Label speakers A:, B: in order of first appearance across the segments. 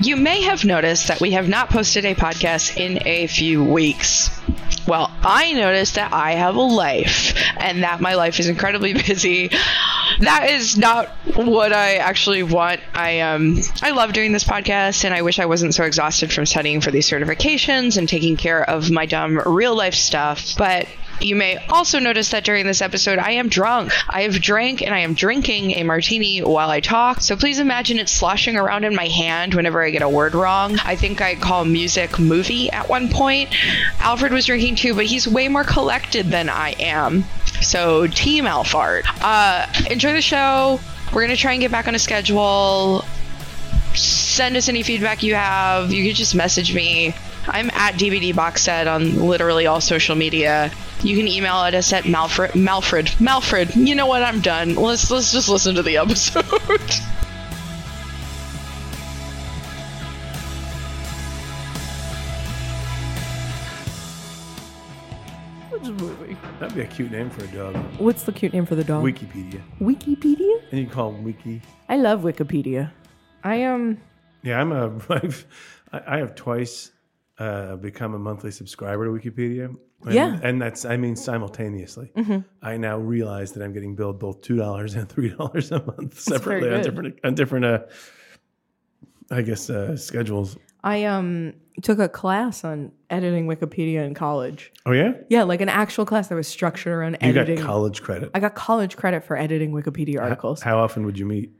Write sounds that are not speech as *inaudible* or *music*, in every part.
A: You may have noticed that we have not posted a podcast in a few weeks. Well, I noticed that I have a life and that my life is incredibly *laughs* busy. That is not what I actually want. I um I love doing this podcast and I wish I wasn't so exhausted from studying for these certifications and taking care of my dumb real life stuff, but you may also notice that during this episode, I am drunk. I have drank and I am drinking a martini while I talk. So please imagine it sloshing around in my hand whenever I get a word wrong. I think I call music movie at one point. Alfred was drinking too, but he's way more collected than I am. So team Alfard. Uh, enjoy the show. We're gonna try and get back on a schedule. Send us any feedback you have. You could just message me. I'm at DVD Box Set on literally all social media. You can email at us at Malfred, Malfred, Malfred. You know what? I'm done. Let's let's just listen to the episode. *laughs*
B: Which is moving.
C: That'd be a cute name for a dog.
B: What's the cute name for the dog?
C: Wikipedia.
B: Wikipedia?
C: And you can call him Wiki.
B: I love Wikipedia. I um, am.
C: Yeah, I'm a. *laughs* I've, I I have twice uh, become a monthly subscriber to Wikipedia. And,
B: Yeah. Mm-hmm.
C: And that's, I mean, simultaneously. I now realize that I'm getting billed both $2 and *laughs* $3 a month separately on
B: good.
C: different, on different, uh, I guess, uh, schedules.
B: I um took a class on editing Wikipedia in college.
C: Oh, yeah?
B: Yeah, like an actual class that was structured around
C: You
B: editing.
C: got college credit.
B: I got college credit for editing Wikipedia articles.
C: How often would you meet?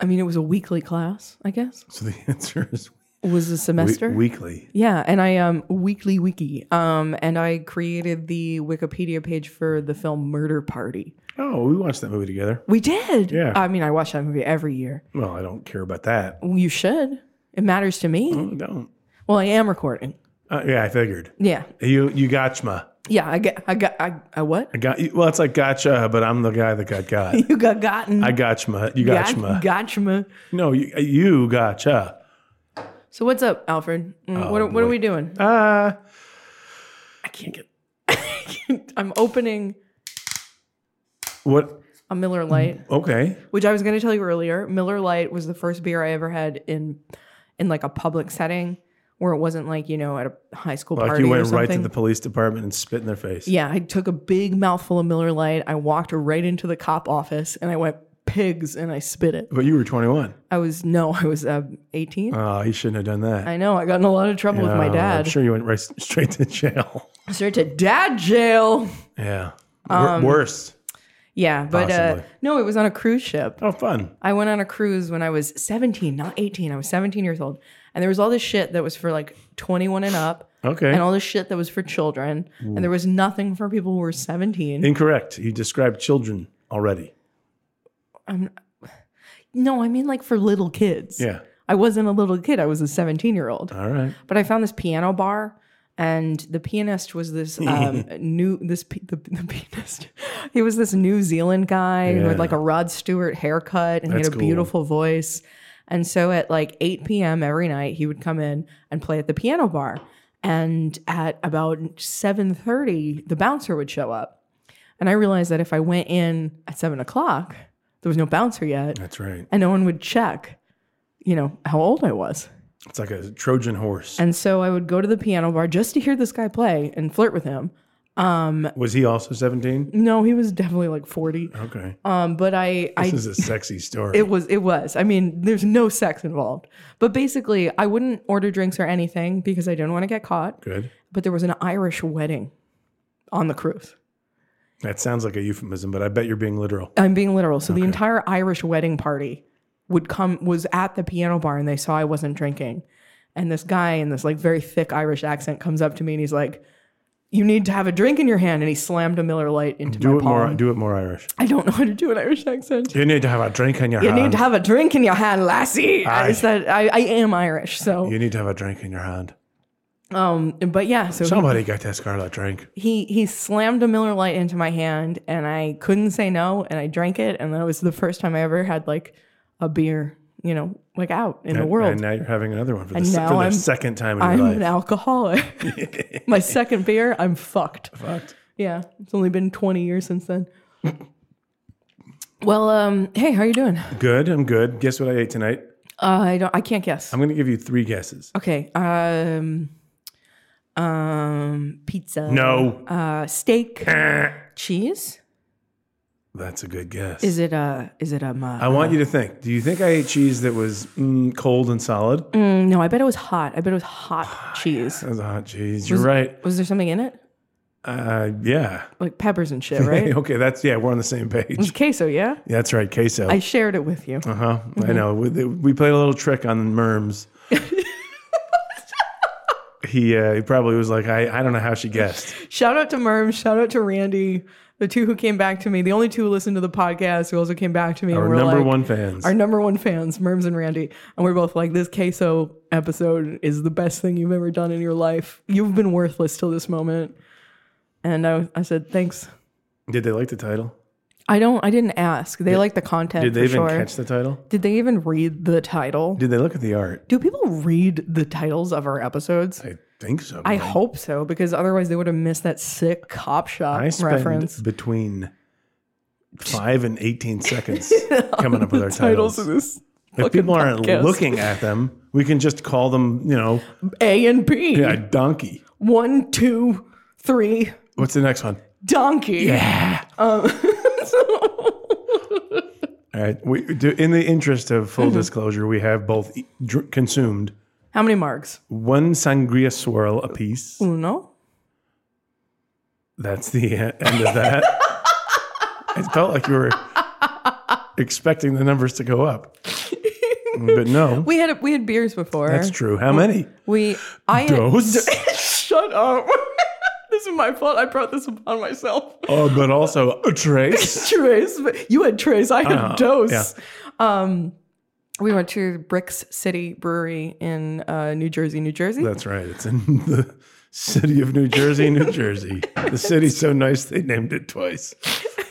B: I mean, it was a weekly class, I guess.
C: So the *laughs* answer is
B: It was a
C: we-
B: semester.
C: weekly.
B: yeah, and I um weekly wiki um and I created the Wikipedia page for the film Murder Party.
C: Oh, we watched that movie together.
B: We did.
C: Yeah.
B: I mean, I watch that movie every year.
C: Well, I don't care about that.
B: You should. It matters to me.
C: I don't.
B: Well, I am recording.
C: Uh, yeah, I figured.
B: Yeah.
C: You, you gotcha.
B: Yeah, I got, I got, I, I what? *laughs*
C: I got you. Well, it's like gotcha, but I'm the guy that got got.
B: You got gotten.
C: I gotcha. You gotcha.
B: Got, gotcha.
C: No, you, you gotcha.
B: So what's up, Alfred? Mm,
C: Oh,
B: what, are- what are we doing?
C: Uh,
B: I can't get. *laughs* I'm opening
C: what?
B: a Miller
C: Mm.
B: Lite,
C: Okay.
B: which I was going to tell you earlier. Miller Lite was the first beer I ever had in, in like a public setting where it wasn't like you know at a high school
C: Like
B: party
C: you
B: or
C: went
B: something.
C: right to the police department and spit in their face.
B: yeah, I took a big mouthful of Miller Lite. I walked right into the cop office and I went pigs and I spit it.
C: But you were 21.
B: I was no, *laughs* I was uh, 18.
C: Oh, he shouldn't have done that.
B: I know. I got in a lot of trouble with my
C: Oh, I'm
B: dad.
C: sure you went right s- straight to jail. *laughs*
B: Straight to dad jail.
C: Yeah. Wor-
B: Um,
C: worse.
B: Yeah, but uh,
C: Possibly.
B: no, it was on a cruise ship.
C: Oh, fun.
B: I went on a cruise when I was 17, not 18. I was 17 years old. And there was all this shit that was for like 21 and up,
C: Okay.
B: and all this shit that was for children. And there was nothing for people who were 17.
C: Incorrect. You described children already.
B: no, I mean like for little kids.
C: Yeah.
B: I wasn't a little kid, I was a 17 year old.
C: All right.
B: but I found this piano bar, and the pianist
C: *laughs*
B: was this um, new this p- the, the pianist. *laughs* He was this New Zealand guy who
C: Yeah.
B: had like a Rod Stewart haircut, and he
C: That's
B: had a
C: cool.
B: beautiful voice. And so at like 8 p.m. every night, he would come in and play at the piano bar. And at about 7:30, the bouncer would show up. And I realized that if I went in at seven o'clock, there was no bouncer yet,
C: That's right.
B: and no one would check, you know, how old I was.
C: It's like a Trojan horse.
B: And so I would go to the piano bar just to hear this guy play and flirt with him. uh,
C: Was he also 17?
B: No, he was definitely like 40.
C: Okay.
B: Um, but I, I,
C: This is a sexy story.
B: it was, it was. I mean, there's no sex involved. But basically, I wouldn't order drinks or anything because I didn't want to get caught.
C: Good.
B: But there was an Irish wedding on the cruise.
C: That sounds like a euphemism, but I bet you're being literal.
B: I'm being literal. So the entire Irish wedding party would come was at the piano bar and they saw I wasn't drinking. And this guy in this like very thick Irish accent comes up to me and he's like, You need to have a drink in your hand. And he slammed a Miller light into
C: Do
B: my
C: it
B: palm.
C: more. Do it more Irish.
B: I don't know how to do an Irish accent.
C: You need to have a drink in your
B: You
C: hand.
B: need to have a drink in your hand, lassie.
C: Aye.
B: I said I, I am Irish, so
C: you need to have a drink in your hand.
B: um but yeah, so
C: Somebody get that Scarlet drink.
B: he he slammed a Miller Lite into my hand, and I couldn't say no, and I drank it, and that was the first time I ever had like a beer, you know, like out in the
C: And-
B: world.
C: And now you're having another one for the,
B: And
C: se-
B: now
C: for the
B: I'm-
C: second time in
B: I'm
C: your
B: an
C: life.
B: alcoholic.
C: *laughs*
B: my second beer, I'm fucked.
C: Fucked.
B: Yeah, it's only been 20 years since then. well, um, hey, how you doing?
C: Good. I'm good. Guess what I ate tonight?
B: Uh, I don't. I can't guess.
C: I'm going to give you three guesses.
B: okay. Um, um, pizza.
C: No. Eh.
B: Uh, steak. cheese.
C: That's a good guess.
B: Is it a? Is it a? Um, uh,
C: I want you to think. Do you think I ate cheese that was mm, cold and solid?
B: mm, no, I bet it was hot. I bet it
C: *sighs*
B: was hot cheese.
C: That was a hot cheese. You're right.
B: Was there something in it?
C: Uh, yeah.
B: Like peppers and shit,
C: *laughs*
B: right?
C: okay, that's yeah. We're on the same
B: It was
C: page.
B: queso, yeah.
C: That's right, queso.
B: Mm. I shared it with you.
C: Uh huh.
B: Mm-hmm.
C: I know. We, we played a little trick on the
B: *laughs*
C: Merms. he uh, he probably was like, I, I don't know how she guessed.
B: Shout out to Merm. Shout out to Randy. The two who came back to me, the only two who listened to the podcast, who also came back to me. and
C: Our
B: were
C: number
B: like,
C: one fans.
B: our number one fans, Merms and Randy, and we're both like, this queso episode is the best thing you've ever done in your life. You've been worthless till this moment. And I, I said, thanks.
C: Did they like the title?
B: I don't. I didn't ask. They like the content.
C: Did they
B: for
C: even
B: sure.
C: catch the title?
B: Did they even read the title?
C: Did they look at the art?
B: Do people read the titles of our episodes?
C: I think so.
B: I
C: man.
B: hope so, because otherwise they would have missed that sick cop shop
C: I spend
B: reference.
C: between five and eighteen
B: *laughs*
C: seconds coming up with our
B: Titles
C: titles.
B: of this
C: if people aren't
B: podcast.
C: looking at them, we can just call them, you know,
B: A and B.
C: yeah, donkey.
B: One, two, three,
C: What's the next one?
B: donkey.
C: Yeah. All right. We, do, in the interest of full
B: Mm-hmm.
C: disclosure, we have both e- dr- consumed
B: How many marks?
C: one sangria swirl apiece.
B: Uno.
C: That's the e- end of
B: *laughs*
C: that. it felt like you were expecting the numbers to go up, but no.
B: *laughs* We had we had beers before.
C: That's true. How
B: *laughs*
C: many?
B: We I
C: Dose?
B: *laughs* shut up. *laughs* this is my fault. I brought this upon myself. *laughs*
C: Oh, but also a trace.
B: Trace, but you had Trace. I had
C: Uh,
B: Dose.
C: yeah.
B: Um, we went to Bricks City Brewery in uh, New Jersey, New Jersey.
C: That's right. It's in the city of New Jersey, New Jersey. The
B: *laughs*
C: city's so nice they named it twice.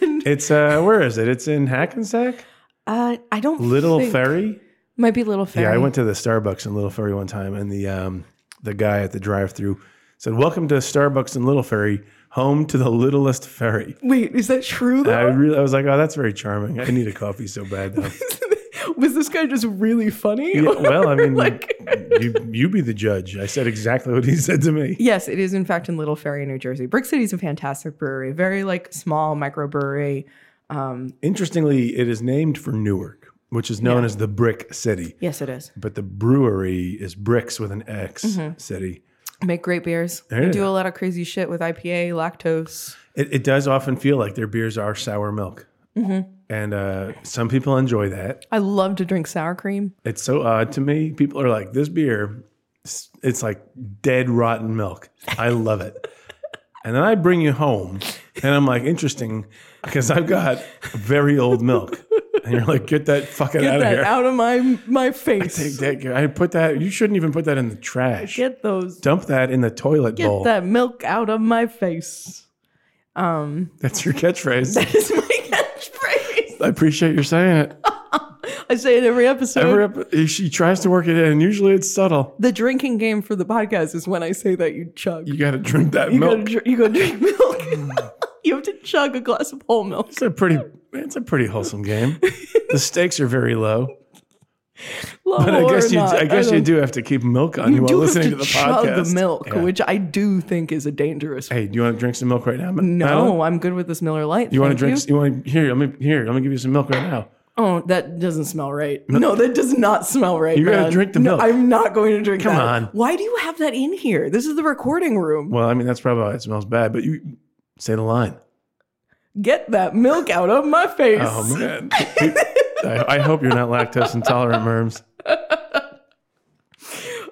C: It's uh, where is it? It's in Hackensack,
B: Uh, I don't
C: Little
B: think-
C: Ferry.
B: Might be Little Ferry.
C: Yeah, I went to the Starbucks in Little Ferry one time, and the um, the guy at the drive-through said, "Welcome to Starbucks in Little Ferry, home to the littlest ferry."
B: Wait, is that true
C: I
B: though?
C: really, I was like, "Oh, that's very charming. I need a coffee so bad." Though.
B: Was this guy just really funny? Oh.
C: Yeah, well, I mean,
B: Like-
C: you you be the judge. I said exactly what he *laughs* said to me.
B: Yes, it is in fact in Little Ferry, New Jersey. Brick City's a fantastic brewery, very like small microbrewery.
C: Interestingly, it is named for Newark, which is known as the Brick City,
B: Yes, it is.
C: but the brewery is Bricks with an X City.
B: Make great beers.
C: There
B: They
C: you
B: do
C: go.
B: a lot of crazy shit with IPA, lactose.
C: It, it does often feel like their beers are sour milk,
B: Mm-hmm.
C: and uh, some people enjoy that.
B: I love to drink sour cream.
C: It's so odd to me. People are like, "This beer, it's, it's like dead rotten milk." I love it. and then I bring you home, and I'm like, "Interesting," because I've got very old milk, and you're like, "Get that fucking
B: Get
C: out of
B: that
C: here."
B: out of my
C: *laughs*
B: my
C: Take
B: face.
C: that. I put that. You shouldn't even put that in the trash.
B: Get those.
C: Dump that in the toilet
B: Get
C: bowl.
B: that milk out of my face. *laughs*
C: That's your catchphrase.
B: It's my catchphrase.
C: I appreciate your saying it.
B: I say it every episode.
C: Every ep- she tries to work it in. Usually it's subtle.
B: the drinking game for the podcast is when I say that you chug.
C: You got to drink that
B: You
C: milk.
B: gotta dr- you
C: *laughs*
B: gotta drink milk. *laughs* you have to chug a glass of whole milk.
C: it's a pretty. It's a pretty wholesome
B: *laughs*
C: game. the stakes are very low.
B: Low
C: But I guess you,
B: or not,
C: I guess you
B: don't-
C: do have to keep milk on you,
B: You
C: while
B: do have
C: listening
B: to,
C: to, the
B: chug
C: podcast.
B: the milk,
C: Yeah.
B: which I do think is a dangerous.
C: hey, do you want to drink some milk right now? Ma- Madeline?
B: no, I'm good with this Miller Light.
C: You want to
B: thank
C: drink? You, want to here? Let me here. Let me give you some milk right now.
B: Oh, that doesn't smell right. No, that does not smell right.
C: You gotta
B: man.
C: drink the
B: No,
C: milk.
B: I'm not going to drink.
C: Come
B: that.
C: on.
B: Why do you have that in here? This is the recording room.
C: Well, I mean that's probably why it smells bad. But you say the line.
B: Get that milk out of my face. *laughs*
C: Oh man! I, I hope you're not lactose intolerant, Merms.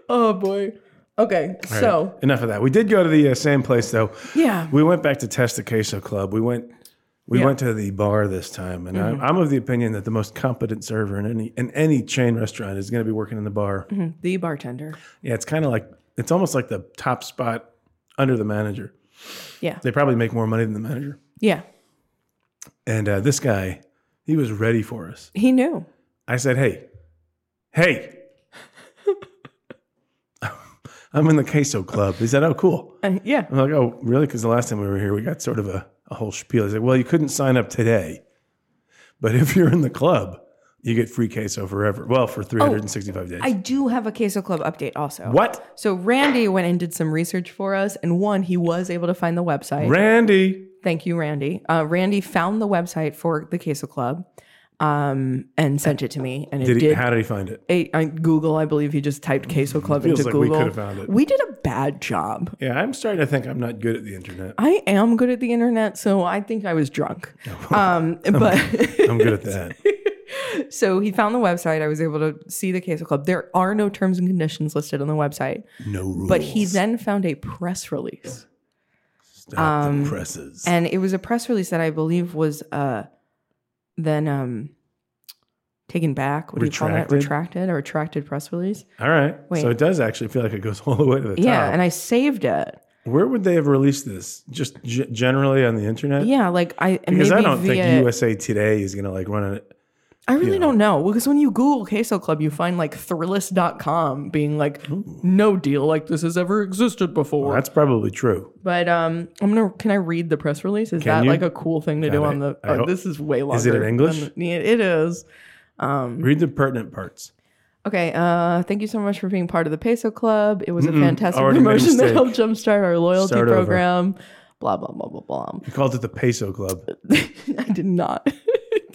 B: Oh, boy. Okay,
C: All right,
B: so
C: enough of that. We did go to the uh, same place though.
B: yeah,
C: We went back to Testa Queso Club. We went. We
B: Yeah. Mm-hmm.
C: went to the bar this time, and I'm, I'm of the opinion that the most competent server in any in any chain restaurant is going to be working in the bar.
B: the bartender.
C: Yeah, it's kind of like it's almost like the top spot under the manager.
B: Yeah.
C: They probably make more money than the manager.
B: Yeah,
C: And uh, this guy, he was ready for us.
B: he knew.
C: I said, "Hey, hey, *laughs* I'm in the queso club." He said, "Oh, cool."
B: Uh, yeah,
C: I'm like, "Oh, really?" Because the last time we were here, we got sort of a, a whole spiel. He's like, "Well, you couldn't sign up today, but if you're in the club, you get free queso forever. Well, for 365 days.
B: Oh, I do have a queso club update also.
C: what?
B: So Randy went and did some research for us, and one, he was able to find the website.
C: Randy.
B: Thank you, Randy. Uh, Randy found the website for the queso club, um, and sent it to me, and it
C: Did
B: did.
C: he, how did he find it?
B: a, on Google, I believe he just typed queso club
C: Feels
B: into
C: like we
B: Google.
C: could have found it.
B: We did a bad job.
C: Yeah, I'm starting to think I'm not good at the internet.
B: I am good at the internet, so I think I was
C: *laughs*
B: drunk. um, but
C: I'm good at that.
B: *laughs* so he found the website. I was able to see the queso club. There are no terms and conditions listed on the website,
C: No rules.
B: but he then found a press release,
C: Stop the presses.
B: um, and it was a press release that I believe was uh, then um, taken back. What do you call that? Retracted, a retracted press release.
C: All right.
B: Wait.
C: So it does actually feel like it goes *laughs* all the way to the
B: Yeah,
C: top.
B: and I saved it.
C: Where would they have released this? Just g- generally on the internet?
B: Yeah, like I and
C: Uh, Because
B: maybe
C: I don't
B: via,
C: think USA Today is going to like run it.
B: I really don't know. Because when you Google Queso Club, you find like Thrillist.com being like, no deal like this has ever existed before.
C: That's probably true.
B: but um, I'm gonna can I read the press release? Is that
C: you?
B: like a cool thing to do
C: I-
B: on the?
C: I
B: oh,
C: hope-
B: this is way longer.
C: it in
B: than
C: English?
B: the- yeah, it is.
C: Read the pertinent parts.
B: Okay. Uh, thank you so much for being part of the Peso Club. It was a fantastic
C: already made a
B: promotion that
C: mistake.
B: helped jumpstart our loyalty
C: Start over.
B: program. Blah blah blah blah blah. *laughs*
C: You called it the Peso Club.
B: I did not. *laughs*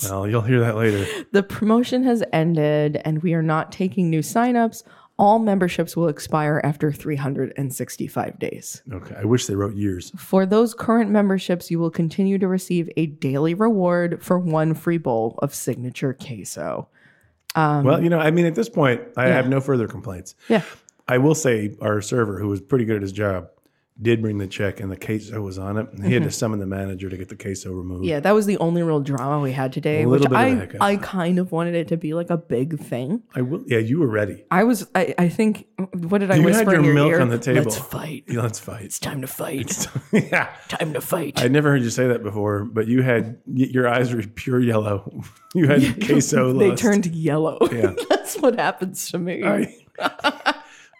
C: Well, you'll hear that later.
B: The promotion has ended and we are not taking new signups. All memberships will expire after 365 days.
C: Okay. I wish they wrote years.
B: For those current memberships, you will continue to receive a daily reward for one free bowl of signature queso.
C: well, you know, I mean, at this point, I
B: Um, yeah.
C: have no further complaints.
B: Yeah.
C: I will say our server, who was pretty good at his job, did bring the check and the queso was on it. And he had
B: *laughs*
C: to summon the manager to get the queso removed.
B: Yeah, that was the only real drama we had today,
C: little
B: which
C: bit of a
B: I,
C: hiccup.
B: I kind of wanted it to be like a big thing.
C: I will. Yeah, you were ready.
B: I was, I, I think, what did I
C: You
B: whisper
C: had your
B: in your
C: milk
B: ear?
C: on the table.
B: Let's fight.
C: Yeah, let's fight. *laughs*
B: It's time to fight.
C: yeah.
B: time to fight.
C: I'd never heard you say that before, but you had y- your eyes were pure yellow. *laughs* You had queso.
B: *laughs* they
C: lust.
B: turned yellow.
C: Yeah.
B: *laughs* That's what happens to me
C: I, *laughs*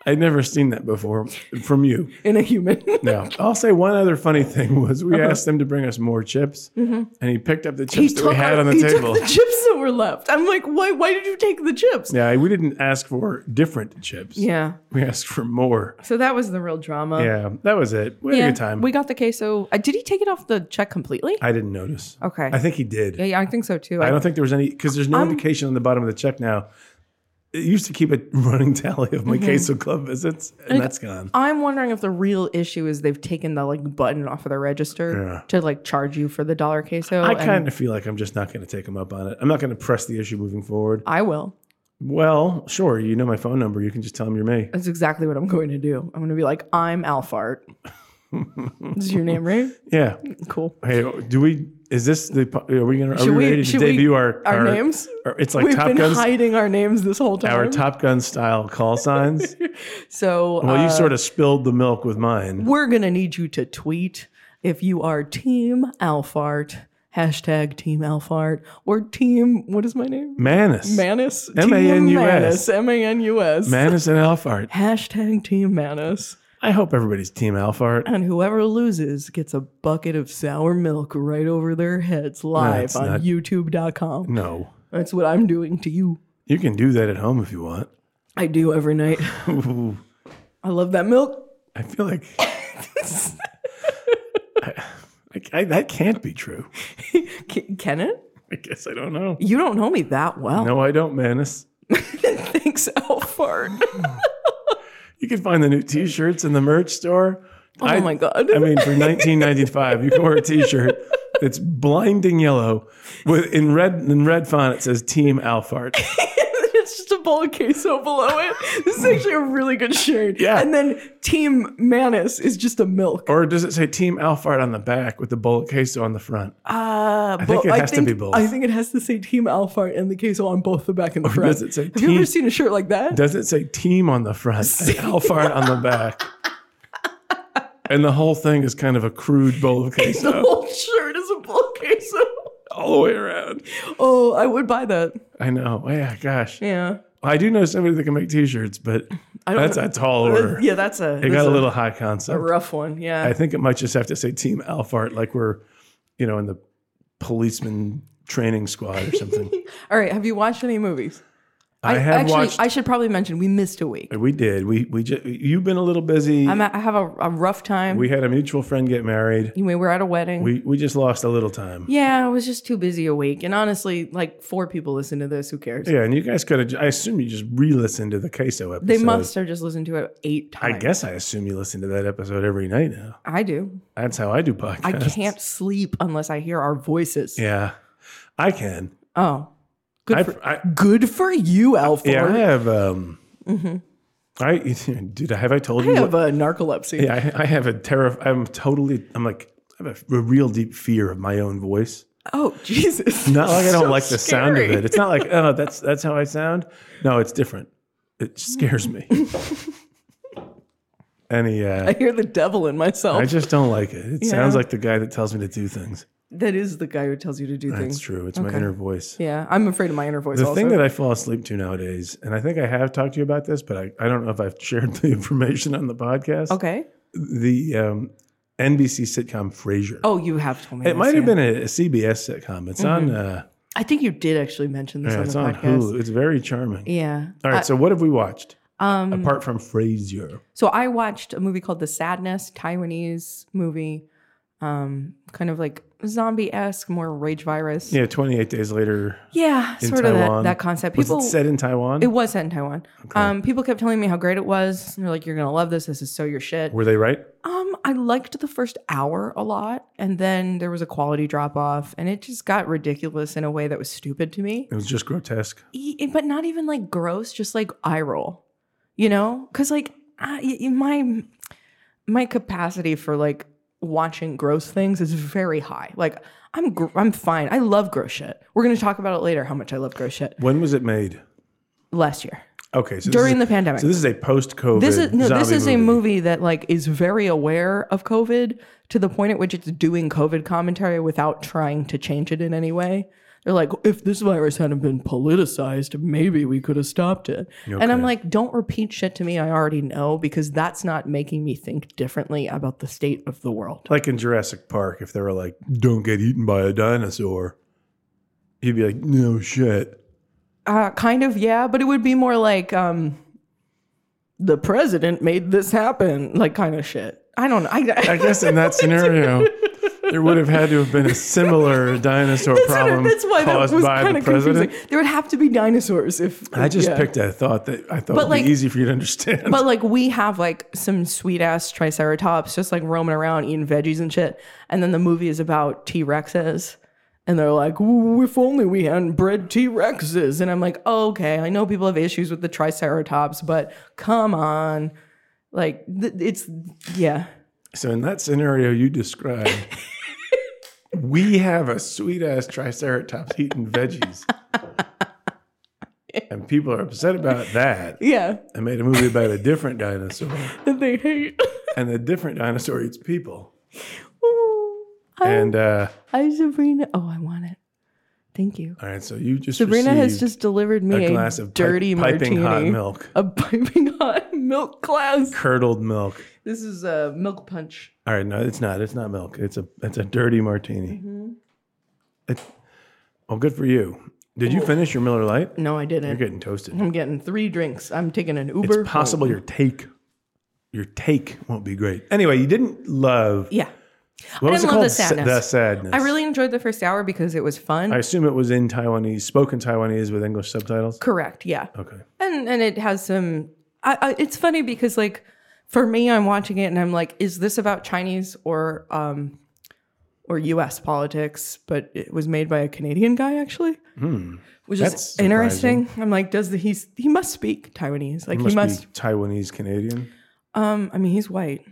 C: I'd never seen that before from you.
B: in
C: *laughs*
B: a human.
C: Now, I'll say one other funny thing was we asked them to bring us more chips, and he picked up the chips that we had
B: our-
C: on the
B: Mm-hmm. he
C: table.
B: took the chips that were left. I'm like, why? Why did you take the chips?
C: yeah, we didn't ask for different chips.
B: Yeah.
C: We asked for more.
B: So that was the real drama.
C: Yeah, that was it. We had
B: Yeah,
C: a good time.
B: We got the queso. Uh, did he take it off the check completely?
C: I didn't notice.
B: Okay.
C: I think he did.
B: yeah, yeah, I think so too.
C: I don't think there was any because there's no indication on the bottom of the check now. It used to keep a *laughs* running tally of my
B: Mm-hmm.
C: queso club visits, and that's gone.
B: I'm wondering if the real issue is they've taken the like button off of the register to like charge you for the dollar queso.
C: I
B: Oh, and
C: kind of feel like I'm just not going to take them up on it. I'm not going to press the issue moving forward.
B: I will.
C: Well, sure, you know my phone number. You can just tell them you're me.
B: That's exactly what I'm going to do. I'm going to be like,
C: *laughs*
B: I'm Alfart. is your name right?
C: Yeah.
B: Cool.
C: Hey, do we? Is this the? po- Are we going to? Are
B: Should
C: we
B: we-
C: ready to
B: should we-
C: debut our,
B: our names?
C: our- it's like
B: We've
C: Top
B: been
C: Guns.
B: hiding our names this whole time.
C: Our Top Gun style call
B: *laughs*
C: signs.
B: so uh,
C: well, you sort of spilled the milk with mine.
B: we're gonna need you to tweet if you are team alfart hashtag team alfart or team what is my name
C: Manus.
B: manus Team
C: M-A-N-U-S.
B: manus m-a-n-u-s
C: Manus and Alfart.
B: hashtag team manus
C: I hope everybody's Team Alfart.
B: and whoever loses gets a bucket of sour milk right over their heads live
C: it's
B: on
C: not-
B: youtube.com
C: No.
B: that's what i'm doing to you
C: You can do that at home if you want.
B: i do every night
C: *laughs* Ooh,
B: i love that milk
C: I feel
B: *laughs*
C: like I- I- that can't be true.
B: K- can it
C: I guess I don't know.
B: you don't know me that well
C: No, I don't, Manus.
B: *laughs* thanks alfart
C: You can find the new T-shirts in the merch store.
B: oh
C: I,
B: my god
C: I mean, for 1995, you can wear a T-shirt that's blinding yellow with in red in red font. It says Team Alfart.
B: *laughs* it's just a bowl of queso below it. This is actually a really good shirt.
C: Yeah.
B: And then Team Manus is just a milk.
C: Or does it say Team Alfart on the back with the bullet queso on the front?
B: Uh, I
C: think it has to be both. Oh,
B: I think it has to say Team Alfart and the queso on both the back and the front.
C: does it say
B: Have you ever
C: team-
B: seen a shirt like that?
C: Does it say team on the front and Alfard on the back? And the whole thing is kind of a crude bowl
B: *laughs*
C: of
B: the
C: queso
B: whole shirt is a bowl of queso.
C: all the way around.
B: *laughs* Oh, I would buy that.
C: I know. Oh, Yeah, gosh.
B: Yeah.
C: I do know somebody that can make t-shirts, but that's a tall order.
B: yeah, that's a,
C: It
B: that's
C: got a
B: a
C: little high concept.
B: rough one. Yeah.
C: I think it might just have to say team Alfart like we're, you know, in the policeman training squad or something.
B: All right. Have you watched any movies?
C: I have
B: actually,
C: watched.
B: *laughs* I should probably mention we missed a week.
C: we did. We we just, you've been a little busy.
B: I'm at, I have a, a rough time.
C: we had a mutual friend get married.
B: you mean, we're at a wedding.
C: We we just lost a little time.
B: yeah, I was just too busy a week. And honestly, like four people listen to this. Who cares?
C: Yeah, and you guys could have. I assume you just re-listened to the queso episode.
B: They must have just listened to it eight
C: I
B: times.
C: guess I assume you listen to that episode every night now.
B: I do.
C: That's how I do
B: I
C: podcasts.
B: can't sleep unless I hear our voices.
C: Yeah, I can.
B: Oh, good.
C: I,
B: for,
C: I
B: good for you, Alfred.
C: yeah, I have. Um, I *laughs* dude, have I told
B: Mm-hmm. I
C: you?
B: have a narcolepsy.
C: yeah, I, I have a terror. I'm totally. I'm like. I have a, a real deep fear of my own voice.
B: Oh *laughs* Jesus!
C: Not like I don't like the sound of
B: scary.
C: it. It's not like oh, that's that's how I sound. No, it's different. It scares me. Any. Uh,
B: I hear the devil in myself.
C: I just don't like it. It sounds
B: Yeah.
C: like the guy that tells me to do things.
B: that is the guy who tells you to do
C: It's
B: things.
C: true. It's my inner voice.
B: Yeah, I'm afraid of my inner voice.
C: The
B: also,
C: thing that I fall asleep to nowadays, and I think I have talked to you about this, but I, I don't know if I've *laughs* shared the information on the podcast.
B: okay.
C: The um, NBC sitcom Frasier.
B: Oh, you have told me.
C: it
B: this,
C: might have
B: yeah.
C: been a, a CBS sitcom. It's on. Uh,
B: I think you did actually mention this
C: yeah,
B: on
C: it's
B: the
C: on
B: podcast.
C: Hulu. It's very charming.
B: Yeah.
C: All right. so what have we watched
B: Um.
C: apart from Frasier?
B: So I watched a movie called The Sadness, Taiwanese movie, um, kind of like zombie esque, more rage virus.
C: Yeah, Twenty Eight Days Later.
B: Yeah,
C: In
B: sort
C: Taiwan.
B: of that, that concept.
C: Was
B: People,
C: it set in Taiwan?
B: it was set in Taiwan. Um, people kept telling me how great it was. And they're like, "You're gonna love this. This is so your shit."
C: Were they right?
B: Um, I liked the first hour a lot, and then there was a quality drop off, and it just got ridiculous in a way that was stupid to me.
C: It was just grotesque.
B: E- but not even like gross, just like eye roll, you know? Because like I, y- my my capacity for like watching gross things is very high. Like I'm gr- I'm fine. I love gross shit. We're gonna talk about it later. How much I love gross shit.
C: When was it made?
B: Last year
C: Okay, so this is
B: during
C: a-
B: the pandemic.
C: So this is a post-COVID.
B: This is no. This
C: zombie
B: is a movie that like is very aware of COVID to the point at which it's doing COVID commentary without trying to change it in any way. They're like, if this virus hadn't been politicized, maybe we could have stopped it. And I'm like, don't repeat shit to me. I already know because that's not making me think differently about the state of the world.
C: Like in Jurassic Park, if they were like, "Don't get eaten by a dinosaur," he'd be like, "No shit."
B: Uh, kind of, yeah, but it would be more like um, the president made this happen, like kind of shit. I don't know. I,
C: I guess
B: *laughs*
C: in that scenario, there would have had to have been a
B: *laughs*
C: similar dinosaur
B: That's what-
C: problem
B: that's why
C: caused
B: that was
C: by
B: kind
C: the
B: of confusing.
C: president.
B: There would have to be dinosaurs if
C: I just
B: yeah.
C: picked a thought that I thought would
B: like-
C: be easy for you to understand.
B: But like we have like some sweet ass triceratops just like roaming around eating veggies and shit, and then the movie is about T Rexes, and they're like, "Ooh, if only we hadn't bred T Rexes, and I'm like, oh, okay, I know people have issues with the triceratops, but come on, like th- it's yeah,
C: so in that scenario you
B: *laughs*
C: described, we have a sweet ass triceratops eating veggies. And people are upset about
B: *laughs*
C: that.
B: yeah,
C: I made a movie about a different dinosaur.
B: that they hate. *laughs*
C: and the different dinosaur eats people.
B: Ooh, I,
C: And uh,
B: I Sabrina, oh, I want it. Thank you.
C: all right, so you just
B: Sabrina has
C: received
B: just delivered me
C: a
B: a,
C: glass of pi-
B: dirty
C: piping
B: martini,
C: hot milk,
B: *laughs* a piping hot milk glass.
C: curdled milk.
B: This is a milk punch.
C: All right, no, it's not. It's not milk. It's a it's a dirty martini.
B: Mm-hmm.
C: It, well, good for you. Did you finish your Miller Lite?
B: No, I didn't.
C: You're getting toasted.
B: I'm getting three drinks. I'm taking an
C: It's
B: Uber.
C: possible your take, your take won't be great. Anyway, you didn't love.
B: Yeah,
C: What was it
B: didn't
C: called?
B: love the
C: Sa-
B: sadness.
C: The sadness.
B: I really enjoyed the first hour because it was fun.
C: I assume it was in Taiwanese, spoken Taiwanese with English subtitles.
B: Correct. Yeah.
C: Okay.
B: and and it has some I, I, it's funny because like for me i'm watching it and i'm like is this about chinese or um or us politics but it was made by a canadian guy actually which
C: Hmm. That's
B: is
C: surprising.
B: interesting i'm like does the he's he must speak taiwanese like
C: Must,
B: he must
C: be Taiwanese Canadian.
B: um i mean he's white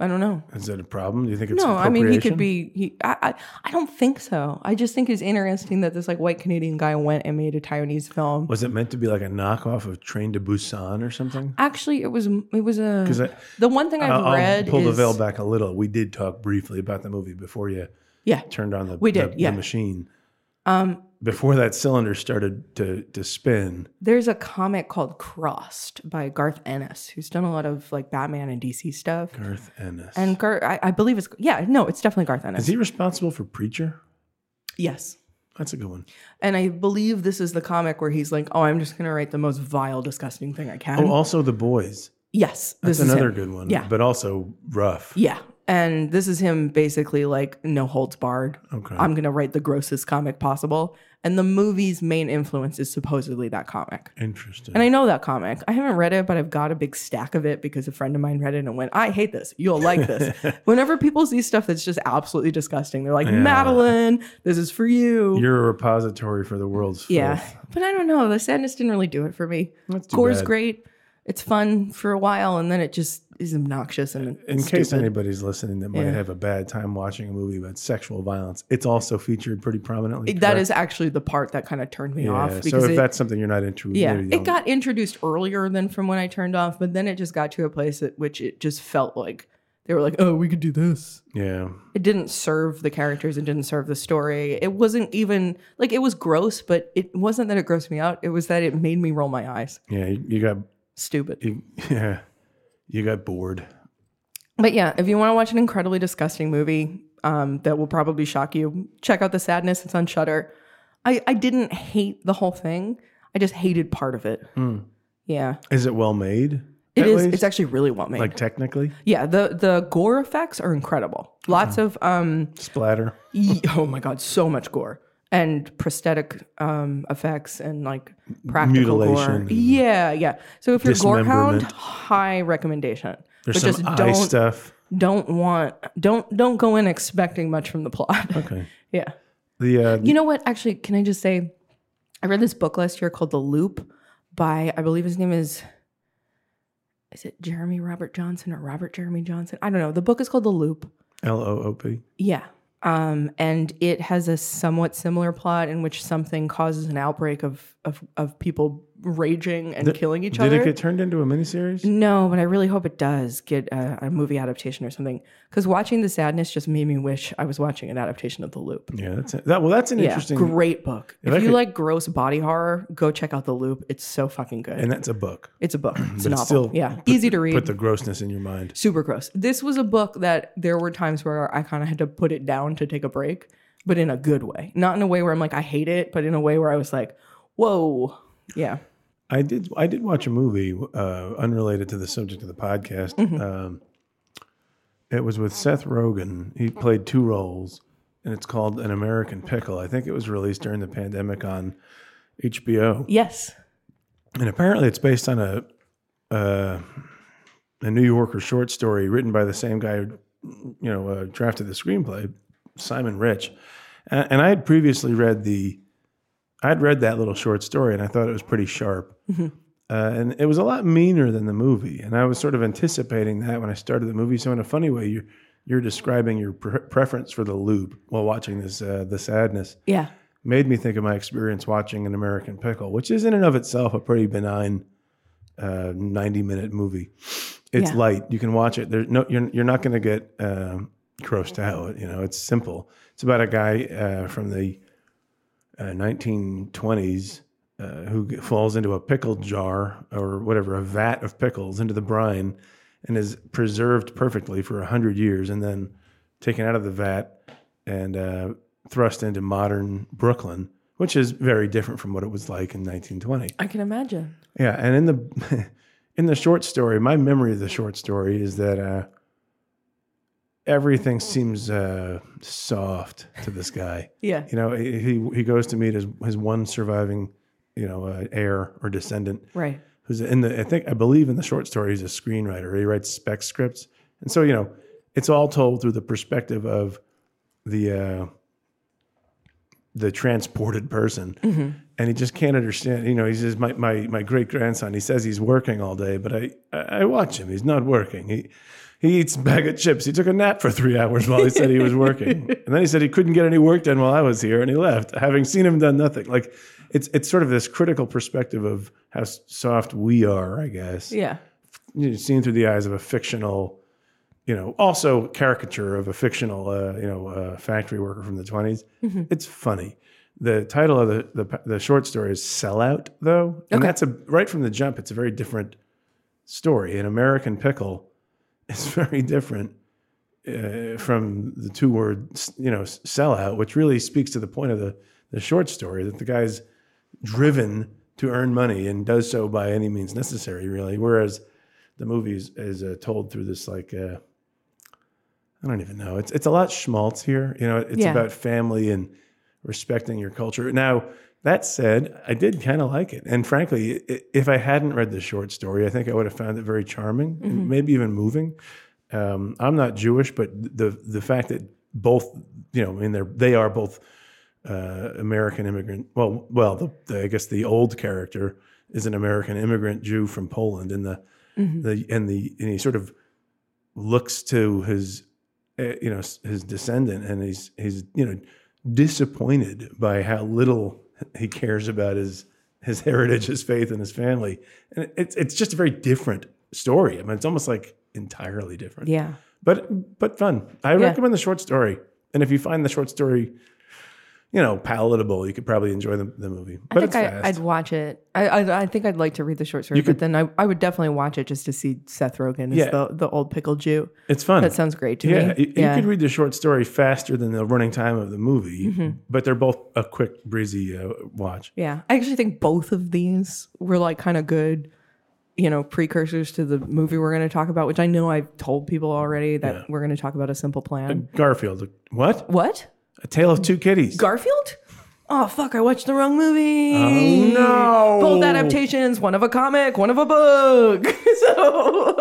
B: i don't know
C: Is that a problem? Do you think it's
B: no i mean he could
C: appropriation?
B: be he I, I i don't think so i just think it's interesting that this like white canadian guy went and made a taiwanese film
C: Was it meant to be like a knockoff of Train to Busan or something?
B: Actually, it was it was a
C: 'Cause I-
B: the one thing I've
C: Uh, I'll
B: read
C: pull
B: is
C: the veil back a little. We did talk briefly about the movie before you
B: yeah
C: turned on the
B: We did,
C: the,
B: yeah.
C: the machine. Um, before that cylinder started to to spin.
B: there's a comic called Crossed by Garth Ennis who's done a lot of like Batman and DC stuff
C: Garth Ennis.
B: and Gar- I, I believe it's yeah no it's definitely Garth
C: is
B: Ennis
C: he responsible for Preacher?
B: Yes.
C: That's a good one.
B: And I believe this is the comic where he's like, "Oh, I'm just gonna write the most vile, disgusting thing I can."
C: Oh, also the boys.
B: yes, this
C: That's
B: is
C: another
B: him.
C: good one.
B: Yeah.
C: But also rough.
B: Yeah, and this is him basically like no holds barred.
C: Okay.
B: I'm gonna write the grossest comic possible. And the movie's main influence is supposedly that comic.
C: Interesting.
B: And I know that comic. I haven't read it, but I've got a big stack of it because a friend of mine read it and went, I hate this. You'll
C: *laughs*
B: like this. Whenever people see stuff that's just absolutely disgusting, they're like,
C: Yeah.
B: Madeline, this is for you.
C: You're a repository for the world's
B: yeah.
C: filth.
B: But I don't know. The sadness didn't really do it for me.
C: That's too
B: Core's
C: bad.
B: great. It's fun for a while, and then it just is obnoxious and
C: In
B: stupid.
C: case anybody's listening that might
B: Yeah.
C: have a bad time watching a movie about sexual violence, it's also featured pretty prominently.
B: That
C: correct?
B: is actually the part that kind of turned me
C: yeah.
B: off
C: so
B: because
C: if
B: it,
C: that's something you're not into,
B: yeah,
C: you
B: it
C: don't-
B: got introduced earlier than from when I turned off, but then it just got to a place at which it just felt like they were like, "Oh, we could do this."
C: yeah.
B: it didn't serve the characters it didn't serve the story it wasn't even like it was gross but it wasn't that it grossed me out it was that it made me roll my eyes
C: Yeah, you, you got
B: stupid
C: you, *laughs* yeah, you got bored.
B: but yeah if you want to watch an incredibly disgusting movie um, that will probably shock you check out the sadness it's on shutter I, I didn't hate the whole thing i just hated part of it yeah
C: Is it well made?
B: it
C: at
B: is
C: least?
B: it's actually really well made
C: like technically
B: yeah the the gore effects are incredible lots of um
C: splatter.
B: Ye- oh my god, so much gore and prosthetic um, effects and like practical
C: Mutilation.
B: gore. Yeah, yeah. So if you're gore hound,
C: Dismemberment.
B: high recommendation.
C: There's some
B: but just
C: eye
B: don't
C: stuff.
B: don't want don't don't go in expecting much from the plot.
C: Okay.
B: *laughs* yeah.
C: The uh,
B: You know what? Actually, can I just say, I read this book last year called The Loop by I believe his name is. Is it Jeremy Robert Johnson or Robert Jeremy Johnson? I don't know. The book is called The Loop.
C: L O O P.
B: Yeah. Um, and it has a somewhat similar plot in which something causes an outbreak of of, of people raging and killing each
C: Did
B: other.
C: it get turned into a miniseries?
B: no, but I really hope it does get a, a movie adaptation or something. Because watching The Sadness just made me wish I was watching an adaptation of The Loop.
C: Yeah, that's it. that. Well, that's an
B: Yeah,
C: interesting,
B: great book. If,
C: I
B: you
C: could-
B: like gross body horror, go check out The Loop. It's so fucking good.
C: and that's a book.
B: it's a book.
C: *clears throat*
B: It's a
C: it's
B: novel.
C: still-
B: yeah, easy to read.
C: Put the grossness in your mind.
B: super gross. This was a book that there were times where I kind of had to put it down to take a break, but in a good way. Not in a way where I'm like, I hate it, but in a way where I was like, whoa. Yeah.
C: I did. I did watch a movie uh, unrelated to the subject of the podcast. Um, it was with Seth Rogen. He played two roles, and it's called An American Pickle. I think it was released during the pandemic on HBO,
B: Yes.
C: and apparently it's based on a uh, a New Yorker short story written by the same guy, who, you know, uh, drafted the screenplay, Simon Rich. And, and I had previously read the, I'd read that little short story, and I thought it was pretty sharp uh, and it was a lot meaner than the movie. And I was sort of anticipating that when I started the movie. So in a funny way, you're you're describing your pre- preference for the loop while watching this uh, the sadness
B: Yeah.
C: made me think of my experience watching an American Pickle, which is in and of itself a pretty benign uh, ninety minute movie. It's
B: Yeah.
C: light; you can watch it. There's no, you're you're not going to get um, grossed out. You know, it's simple. It's about a guy uh, from the uh, 1920s uh, who g- falls into a pickle jar or whatever, a vat of pickles into the brine, and is preserved perfectly for hundred years, and then taken out of the vat and uh, thrust into modern Brooklyn, which is very different from what it was like in 1920.
B: I can imagine.
C: Yeah, and in the *laughs* in the short story, my memory of the short story is that uh, everything seems uh, soft to this guy.
B: Yeah.
C: You know, he he- he goes to meet his his one surviving, you know, uh, heir or descendant,
B: Right.
C: who's in the I think I believe in the short story he's a screenwriter. He writes spec scripts, and so you know it's all told through the perspective of the uh, the transported person, and he just can't understand. You know, he says my my my great grandson. He says he's working all day, but I I I watch him. He's not working. He he eats a bag of chips. He took a nap for three hours while he said he was working, and then he said he couldn't get any work done while I was here, and he left, having seen him done nothing. Like it's it's sort of this critical perspective of how s- soft we are, I guess.
B: Yeah.
C: You know, seen through the eyes of a fictional, you know, also caricature of a fictional, uh, you know, uh, factory worker from the 20s. It's funny. The title of the, the the short story is "Sellout," though, and that's a right from the jump. It's a *laughs* very different story. An American Pickle is very different. uh, from the two word, you know, s- sellout, which really speaks to the point of the, the short story that the guy's driven to earn money and does so by any means necessary, really. Whereas the movie is, is uh, told through this, like, uh, I don't even know. It's, it's a lot schmaltz here. You know, it's
B: Yeah.
C: about family and respecting your culture. Now, that said, I did kind of like it. And frankly, i- if I hadn't read the short story, I think I would have found it very charming and maybe even moving. Um, I'm not Jewish, but the the fact that both, you know, I mean, they're they are both uh, American immigrant. Well, well, the, the, I guess the old character is an American immigrant Jew from Poland, and the
B: Mm-hmm.
C: the and the and he sort of looks to his uh, you know s- his descendant and he's he's you know disappointed by how little he cares about his his heritage his faith and his family and it's it's just a very different story i mean it's almost like entirely different
B: Yeah.
C: but but fun i recommend the short story and if you find the short story you know palatable you could probably enjoy the, the movie but
B: I
C: it's
B: think I,
C: fast
B: I'd watch it. I, I I think I'd like to read the short story, but then I, I would definitely watch it just to see Seth Rogen as
C: Yeah.
B: the, the old pickled Jew.
C: it's fun
B: That sounds great to
C: yeah,
B: me.
C: you, you could read the short story faster than the running time of the movie,
B: Mm-hmm.
C: but they're both a quick, breezy uh, watch.
B: yeah. I actually think both of these were like kind of good, you know, precursors to the movie we're going to talk about, which I know I've told people already that we're going to talk about a simple plan.
C: Garfield. What?
B: what?
C: A Tale of Two Kitties.
B: Garfield? Oh fuck! I watched the wrong
C: Oh,
B: movie.
C: no.
B: Both adaptations, one of a comic, one of a book. *laughs* so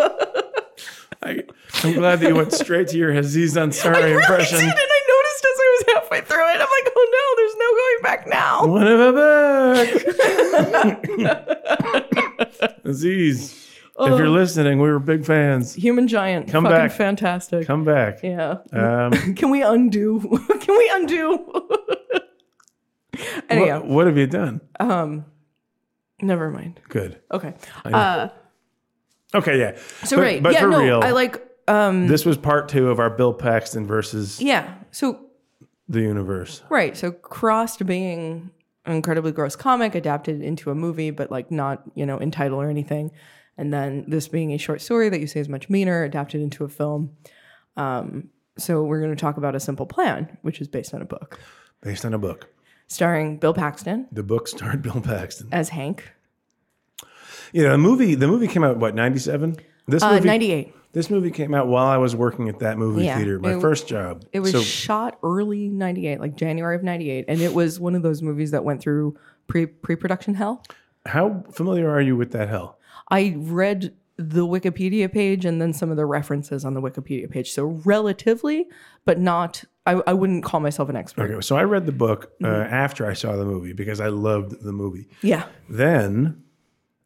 C: I, am glad that you went straight to your Aziz Ansari impression.
B: *laughs* I did, and I noticed as I was halfway through it. I'm like, oh no, there's no going back now.
C: One of a
B: *laughs*
C: book. Aziz,
B: Oh.
C: if you're listening, we were big fans.
B: Human Giant,
C: Come
B: fucking
C: back.
B: fantastic.
C: Come back.
B: yeah. *laughs*
C: Um,
B: Can we undo? *laughs* Can we *laughs* undo? Anyhow,
C: what, what have you done?
B: never mind.
C: Good.
B: Okay.
C: Okay, yeah.
B: So
C: but,
B: right,
C: But
B: yeah,
C: for
B: no,
C: real,
B: I like. Um,
C: this was part two of our Bill Paxton versus
B: yeah. So
C: the universe.
B: Right. So crossed being an incredibly gross comic adapted into a movie, but like not, you know, in title or anything. And then this being a short story that you say is much meaner, adapted into a film. Um, so we're going to talk about A Simple Plan, which is based on a book
C: based on a book.
B: starring Bill Paxton
C: The book starred *laughs* Bill Paxton.
B: as Hank.
C: You know, the movie. The movie came out what ninety seven. This
B: Uh,
C: movie.
B: 98.
C: This movie came out while I was working at that movie
B: Yeah.
C: theater. My
B: It-
C: first job.
B: It was
C: So
B: shot early 98, like January of 98. And it was one of those movies that went through pre pre-production hell.
C: how familiar are you with that hell?
B: I read the Wikipedia page and then some of the references on the Wikipedia page. So relatively, but not. I, I wouldn't call myself an expert.
C: Okay, so I read the book uh,
B: Mm-hmm.
C: after I saw the movie because I loved the movie.
B: Yeah,
C: Then.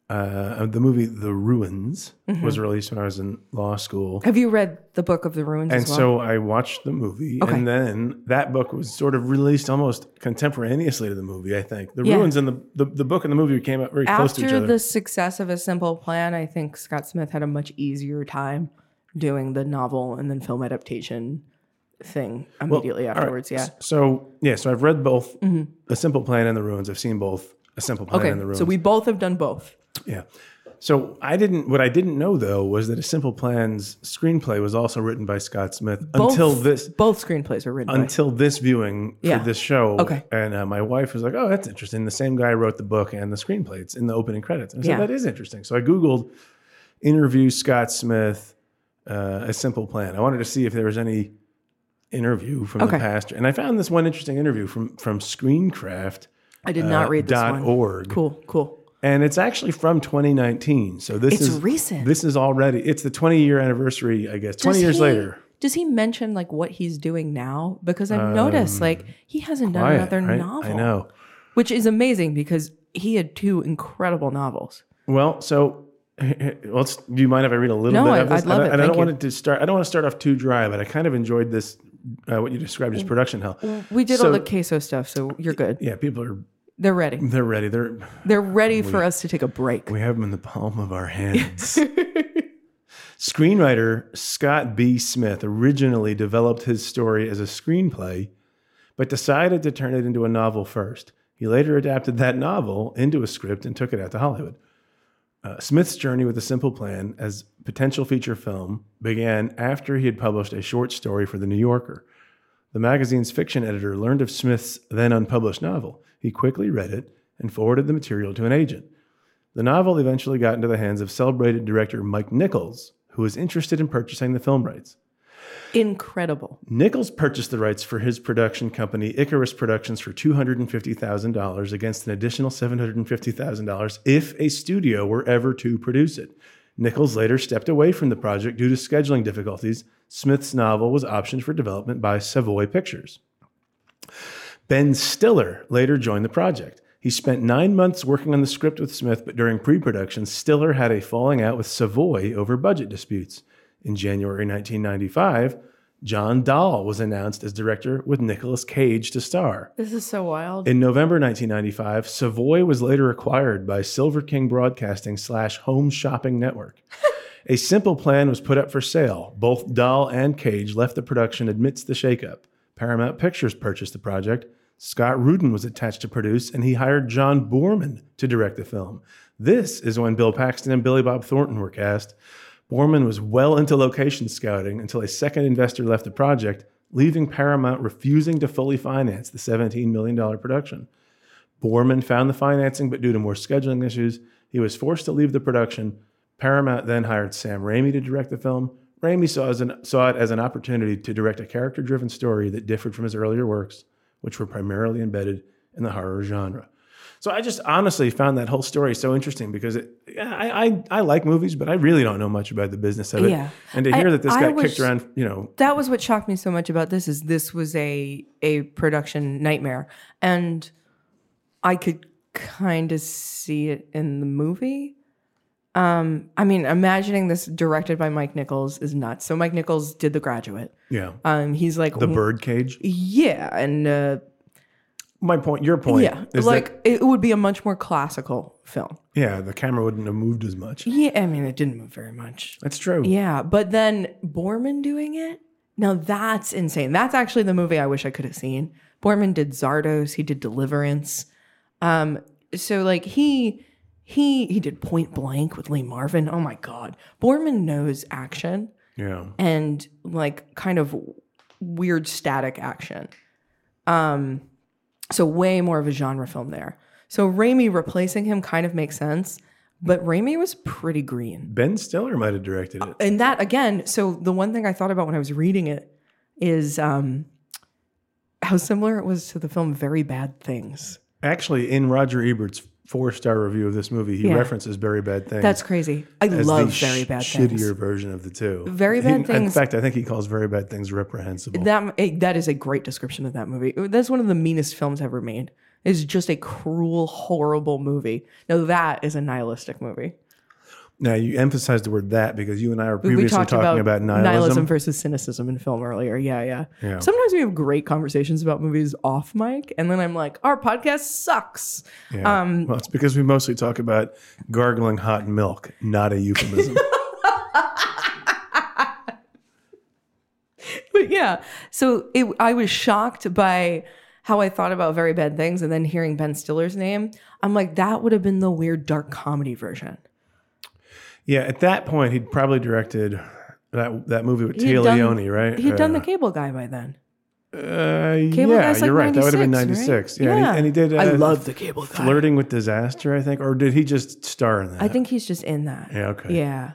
C: Uh, the movie The Ruins
B: Mm-hmm.
C: was released when I was in law school.
B: have you read the Book of the Ruins?
C: And
B: as well?
C: so I watched the movie, and then that book was sort of released almost contemporaneously to the movie, I think. The
B: Yeah.
C: Ruins and the, the, the book and the movie came out very close to each
B: after
C: other.
B: the success of A Simple Plan, I think Scott Smith had a much easier time doing the novel and then film adaptation thing immediately
C: all right.
B: afterwards. Yeah. Mm-hmm.
C: So yeah, so I've read both A Simple Plan and The Ruins. I've seen both A Simple Plan and The
B: Okay.
C: Ruins.
B: So we both have done both.
C: yeah. So I didn't. What I didn't know though was that A Simple Plan's screenplay was also written by Scott Smith
B: Both,
C: until this
B: both screenplays are written. by-
C: until this viewing
B: Yeah.
C: for this show.
B: Okay.
C: And uh, my wife was like, "Oh, that's interesting. The same guy wrote the book and the screenplay. It's in the opening credits." And I said,
B: Yeah.
C: "That is interesting." So I googled interview Scott Smith, uh, a simple plan. I wanted to see if there was any interview from
B: Okay.
C: the past, and I found this one interesting interview from from Screencraft.
B: I did not read this
C: dot
B: one.
C: uh, org.
B: Cool. Cool.
C: And it's actually from 2019. So this
B: It's
C: is
B: recent.
C: This is already it's the 20 year anniversary, I guess. 20
B: Does
C: years
B: he-
C: later.
B: Does he mention like what he's doing now? Because I've noticed like he hasn't done
C: Um, Quiet,
B: another
C: right?
B: novel.
C: I know.
B: Which is amazing because he had two incredible novels.
C: Well, so well, it's- do you mind if I read a little
B: No,
C: bit
B: I-
C: of this?
B: I'd love
C: I,
B: it.
C: don't- I
B: Thank
C: don't
B: you.
C: want it to start. I don't want to start off too dry, but I kind of enjoyed this. Uh, what you described as production hell.
B: We did all
C: So-
B: the queso stuff, so you're good.
C: Yeah, people are
B: They're ready.
C: they're ready. They're *laughs*
B: They're ready for us to take a break.
C: we have them in the palm of our hands. *laughs* Screenwriter Scott B. Smith originally developed his story as a screenplay, but decided to turn it into a novel first. He later adapted that novel into a script and took it out to Hollywood. Uh, Smith's journey with a simple plan as potential feature film began after he had published a short story for The New Yorker. The magazine's fiction editor learned of Smith's then unpublished novel. He quickly read it and forwarded the material to an agent. The novel eventually got into the hands of celebrated director Mike Nichols, who was interested in purchasing the film rights.
B: Incredible.
C: Nichols purchased the rights for his production company, Icarus Productions, for $250,000 against an additional $750,000 if a studio were ever to produce it. Nichols later stepped away from the project due to scheduling difficulties. Smith's novel was optioned for development by Savoy Pictures. Ben Stiller later joined the project. He spent nine months working on the script with Smith, but during pre production, Stiller had a falling out with Savoy over budget disputes. In January 1995, John Dahl was announced as director with Nicolas Cage to star.
B: This is so wild.
C: In November 1995, Savoy was later acquired by Silver King Broadcasting slash Home Shopping Network. a simple plan was put up for sale. Both Dahl and Cage left the production amidst the shakeup. Paramount Pictures purchased the project. Scott Rudin was attached to produce, and he hired John Borman to direct the film. This is when Bill Paxton and Billy Bob Thornton were cast. Borman was well into location scouting until a second investor left the project, leaving Paramount refusing to fully finance the $17 million production. Borman found the financing, but due to more scheduling issues, he was forced to leave the production. Paramount then hired Sam Raimi to direct the film. Raimi saw, as an, saw it as an opportunity to direct a character driven story that differed from his earlier works, which were primarily embedded in the horror genre. So I just honestly found that whole story so interesting because it, I, I I like movies, but I really don't know much about the business of it.
B: Yeah.
C: And to hear
B: I-
C: that this
B: I
C: got
B: was-
C: kicked around, you know,
B: that was what shocked me so much about this is this was a a production nightmare and i could kind of see it in the movie um i mean imagining this directed by mike nichols is nuts so mike nichols did the graduate
C: yeah,
B: um he's like
C: the birdcage.
B: yeah and uh
C: My point, your point,
B: yeah
C: is
B: like
C: that
B: it would be a much more classical film
C: yeah, the camera wouldn't have moved as much.
B: yeah i mean it didn't move very much
C: That's true.
B: Yeah, but then Borman doing it? Now that's insane. That's actually the movie I wish I could have seen. Borman did Zardos, he did Deliverance. Um so like he he he did Point Blank with Lee Marvin. Oh my god. Borman knows action
C: Yeah.
B: and like kind of weird static action. Um, so way more of a genre film there. So Raimi replacing him kind of makes sense, but Raimi was pretty green.
C: Ben Stiller might have directed it.
B: And that again, so the one thing I thought about when I was reading it is um, how similar it was to the film Very Bad Things.
C: Actually, in Roger Ebert's four-star review of this movie, he
B: Yeah.
C: references Very Bad Things.
B: That's crazy. I
C: as
B: love
C: the
B: Very
C: sh-
B: Bad
C: shittier
B: Things.
C: version of the two.
B: Very
C: He-
B: Bad
C: In
B: Things-
C: fact, I think he calls Very Bad Things reprehensible.
B: That eh, that is a great description of that movie. That's one of the meanest films ever made. It's just a cruel, horrible movie. Now that is a nihilistic movie.
C: Now you emphasized the word that because you and I were
B: We-
C: previously
B: we talked
C: talking about, nihilism.
B: versus cynicism in film earlier. Yeah, yeah,
C: Yeah.
B: Sometimes we have great conversations about movies off mic, and then I'm like, our podcast sucks.
C: Yeah.
B: um,
C: well, it's because we mostly talk about gargling hot milk, not a
B: *laughs*
C: euphemism.
B: *laughs* but yeah, so it, I was shocked by how I thought about very bad things, and then hearing Ben Stiller's name, I'm like, that would have been the weird dark comedy version.
C: yeah, at that point, he'd probably directed that that movie with
B: He had
C: Tay
B: done-
C: Leone, right?
B: He had done the
C: Uh,
B: Cable Guy by then.
C: uh,
B: Cable
C: yeah,
B: Guy's like
C: you're right. That would have been
B: 96, right?
C: 96. Yeah, And,
B: Yeah.
C: he, and he did. Uh,
B: I love the Cable Guy.
C: flirting with disaster. I think, or did he just star in that?
B: I think he's just in that.
C: Yeah. Okay.
B: Yeah.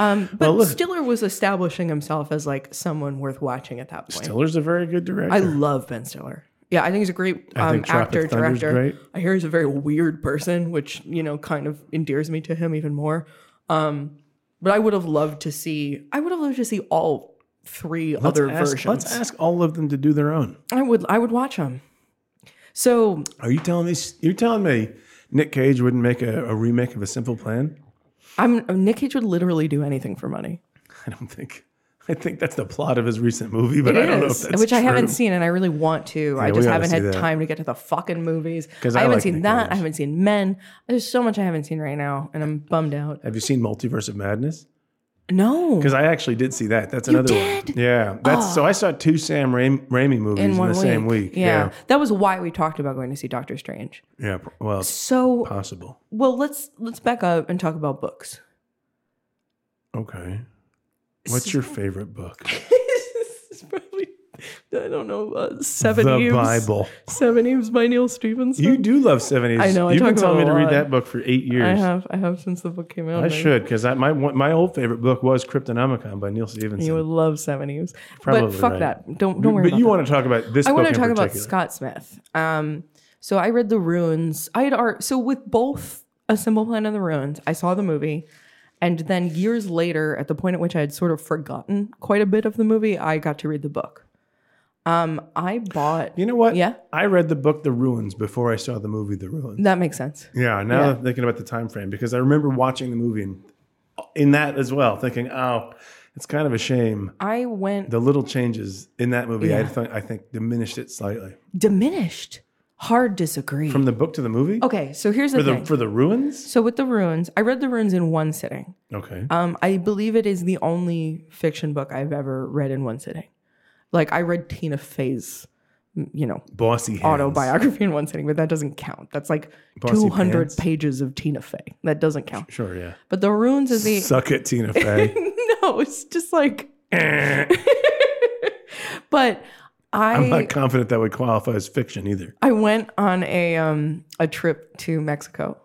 B: Um, but
C: Well, look-
B: Stiller was establishing himself as like someone worth watching at that point.
C: Stiller's a very good director.
B: I love Ben Stiller. Yeah, I think he's a great
C: I
B: um,
C: think Tropic
B: actor,
C: Thunder's
B: director.
C: great.
B: I hear he's a very weird person, which you know kind of endears me to him even more. Um, but I would have loved to see. I would have loved to see all three other
C: ask,
B: versions.
C: Let's ask all of them to do their own.
B: I would. I would watch them. So
C: Are you telling me? You're telling me Nick Cage wouldn't make a, a remake of A Simple Plan? *laughs*
B: I'm Nick Cage would literally do anything for money.
C: I don't think. I think that's the plot of his recent movie, but
B: It
C: I don't know if
B: is,
C: that's
B: which I haven't
C: true.
B: seen, and I really want to. I
C: Yeah, we
B: just
C: oughta
B: haven't
C: see
B: had
C: that.
B: time to get to the fucking movies.
C: 'Cause
B: I,
C: I
B: haven't
C: like
B: seen
C: Nick
B: that.
C: Cage.
B: I haven't seen Men. There's so much I haven't seen right now, and I'm bummed out.
C: Have you seen Multiverse of Madness?
B: No.
C: Because I actually did see that. That's another
B: did?
C: one. Yeah. That's so I saw two Sam Raim- Raimi movies in, the same week.
B: Yeah. That was why we talked about going to see Doctor Strange.
C: Yeah. Yeah, p- Well, it's
B: So
C: possible.
B: well let's let's back up and talk about *laughs* books.
C: Okay. What's your favorite book?
B: this is probably I don't know, uh, Seven
C: the
B: Eves.
C: Bible.
B: Seven Eves by Neil Stevenson.
C: You do love 70s.
B: I know, I
C: You've been
B: talk
C: telling me
B: about
C: to
B: it
C: read
B: a lot.
C: that book for eight
B: I
C: years.
B: have I have since the book came out.
C: I
B: maybe.
C: should because my one- my old favorite book was Cryptonomicon by Neil Stevenson.
B: You would love Seven Eves. but
C: Probably
B: fuck
C: right.
B: that. Don't don't worry
C: but
B: about
C: you
B: that.
C: want to talk about this
B: I
C: book
B: want to talk
C: in
B: about
C: particular.
B: Scott Smith. Um, so I read the runes. I had art. So with both A Simple Plan and the Runes, I saw the movie, and then years later, at the point at which I had sort of forgotten quite a bit of the movie, I got to read the book. Um, I bought.
C: you know what?
B: Yeah.
C: I read the book The Ruins before I saw the movie The Ruins.
B: That makes sense.
C: Yeah, now
B: Mm-hmm. Yeah.
C: I'm thinking about the time frame because I remember watching the movie and in that as well, thinking, oh, it's kind of a shame.
B: I went
C: The little changes in that movie, I, th- I think, diminished it slightly
B: diminished. Hard disagree.
C: from the book to the movie.
B: okay, so here's the,
C: for the
B: thing.
C: for the ruins.
B: so with the runes, I read the runes in one sitting.
C: Okay,
B: Um, I believe it is the only fiction book I've ever read in one sitting. Like I read Tina Fey's, m- you know,
C: bossy hands.
B: autobiography in one sitting, but that doesn't count. That's like
C: Bossy
B: 200
C: pants.
B: pages of Tina Fey. That doesn't count.
C: Sure, yeah.
B: But the runes is the
C: Suck it, Tina Fey.
B: *laughs* no. It's just like, *laughs* but
C: Eh. I'm
B: I
C: not confident that would qualify as fiction either.
B: I went on a um a trip to Mexico,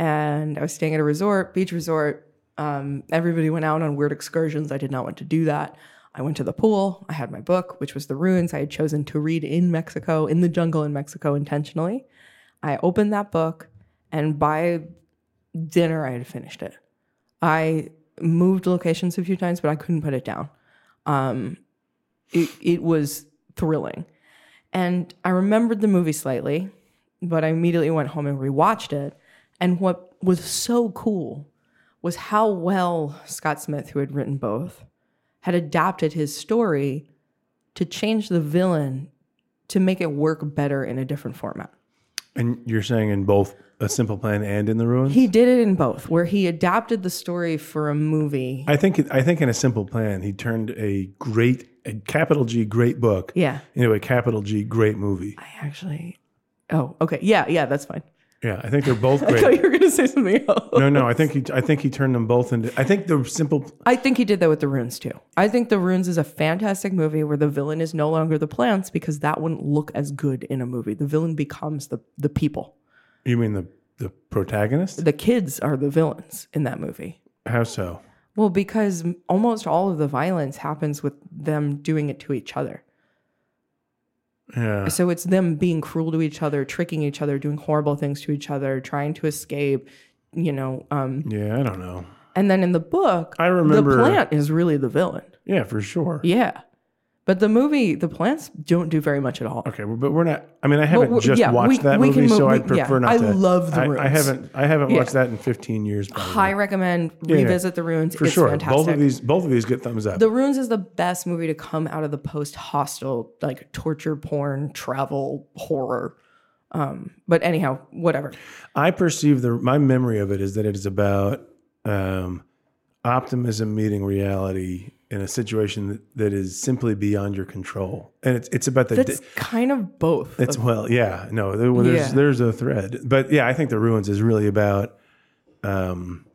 B: and I was staying at a resort, beach resort. Um, everybody went out on weird excursions. I did not want to do that. I went to the pool. I had my book, which was The Ruins. I had chosen to read in Mexico, in the jungle in Mexico, intentionally. I opened that book, and by dinner, I had finished it. I moved locations a few times, but I couldn't put it down. Um, it, it was thrilling. And I remembered the movie slightly, but I immediately went home and rewatched it. And what was so cool was how well Scott Smith, who had written both, had adapted his story to change the villain to make it work better in a different format.
C: And you're saying in both A Simple Plan and in the ruins.
B: He did it in both, where he adapted the story for a movie.
C: I think I think in A Simple Plan, he turned a great, a capital G great book
B: yeah,
C: into a capital G great movie.
B: I actually. Oh, okay. Yeah, yeah, that's fine. *laughs*
C: Yeah, I think they're both
B: I thought
C: great.
B: you were going to say something else.
C: No, no, I think he, I think he turned them both into. I think the simple.
B: I think he did that with The Runes too. I think The Runes is a fantastic movie where the villain is no longer the plants because that wouldn't look as good in a movie. The villain becomes the the people.
C: You mean the the protagonist?
B: The kids are the villains in that movie.
C: How so?
B: Well, because m- almost all of the violence happens with them doing it to each other.
C: Yeah,
B: So it's them being cruel to each other, tricking each other, doing horrible things to each other, trying to escape, you know, um
C: yeah. I don't know.
B: and then in the book,
C: I remember-
B: the plant is really the villain.
C: Yeah, for sure.
B: Yeah. But the movie, the plants don't do very much at all.
C: Okay, well, but we're not. I mean, I haven't
B: well,
C: just
B: yeah,
C: watched
B: we-
C: that
B: we
C: movie,
B: can move-
C: so
B: we-
C: I'd prefer
B: yeah,
C: not
B: I
C: to.
B: love The
C: I, I
B: Ruins.
C: haven't. I haven't
B: Yeah.
C: watched that in 15 years. Probably.
B: High recommend.
C: Yeah, yeah.
B: Revisit the ruins.
C: for
B: it's
C: sure.
B: fantastic.
C: Both of these. Both of these get thumbs up.
B: the ruins is the best movie to come out of the post hostile like torture porn travel horror. Um, but anyhow, whatever.
C: I perceive the my memory of it is that it is about um, optimism meeting reality in a situation that, that is simply beyond your control, and it's it's about the.
B: That's kind of both.
C: it's well, yeah, no, there, well, there's
B: Yeah.
C: there's a thread, but yeah, I think the ruins is really about. Um,